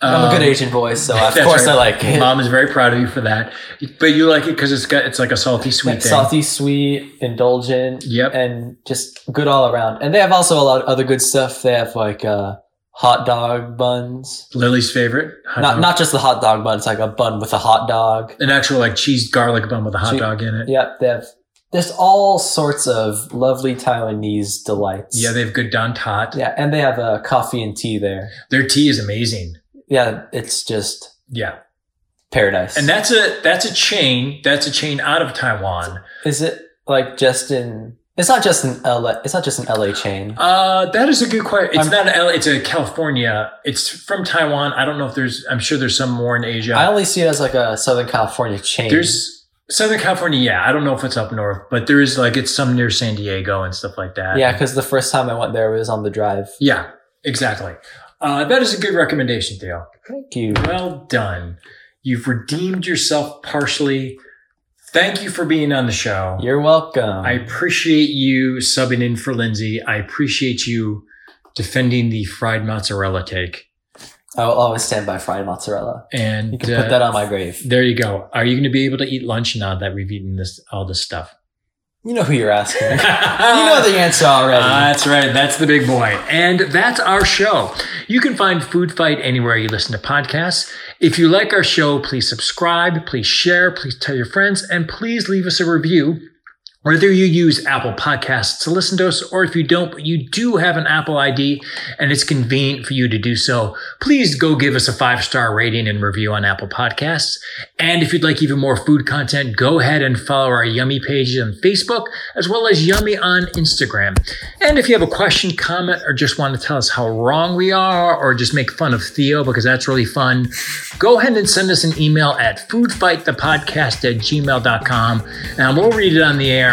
B: I'm a
A: Um,
B: good Asian boy, so of
A: <laughs> that's
B: course
A: right.
B: I like it.
A: Mom is very proud of you for that, but you like it because it's got it's like a salty sweet
B: Like
A: thing.
B: salty, sweet, indulgent,
A: Yep.
B: and just good all around. And they have also a lot of other good stuff. They have like uh, hot dog buns.
A: Lily's favorite. Hot
B: not
A: dog.
B: not just the hot dog bun. It's like a bun with a hot dog.
A: an actual like cheese garlic bun with a hot
B: Cheese-
A: dog in it.
B: Yep, they have. There's all sorts of lovely Taiwanese delights.
A: Yeah, they have good don tat.
B: yeah, and they have uh, coffee and tea there.
A: Their tea is amazing.
B: Yeah, it's just
A: Yeah,
B: paradise.
A: and that's a that's a chain. That's a chain out of Taiwan.
B: is it like just in? It's not just an LA. It's not just an LA chain.
A: Uh, that is a good question. It's
B: I'm-
A: not a L. It's a California. It's from Taiwan. I don't know if there's. I'm sure there's some more in Asia.
B: I only see it as like a Southern California chain.
A: there's Southern California. Yeah, I don't know if it's up north, but there is like it's some near San Diego and stuff like that.
B: yeah, because the first time I went there was on the drive.
A: Yeah, exactly. Uh, that is a good recommendation, Theo.
B: Thank you.
A: Well done. You've redeemed yourself partially. Thank you for being on the show.
B: You're welcome.
A: I appreciate you subbing in for Lindsay. I appreciate you defending the fried mozzarella take.
B: I will always stand by fried mozzarella.
A: And
B: You can
A: uh,
B: put that on my grave.
A: there you go. Are you going to be able to eat lunch now that we've eaten this all this stuff? <laughs>
B: You know who you're asking. you
A: you
B: know the answer already.
A: Ah, that's right. That's the big boy. And that's our show. You can find Food Fight anywhere you listen to podcasts. If you like our show, please subscribe, please share, please tell your friends, and please leave us a review. Whether you use Apple Podcasts to listen to us, or if you don't, but you do have an Apple ID and it's convenient for you to do so, please go give us a five star rating and review on Apple Podcasts. And if you'd like even more food content, go ahead and follow our Yummy pages on Facebook as well as Yummy on Instagram. And if you have a question, comment, or just want to tell us how wrong we are or just make fun of Theo because that's really fun, go ahead and send us an email at foodfightthepodcast at gmail.com and we'll read it on the air.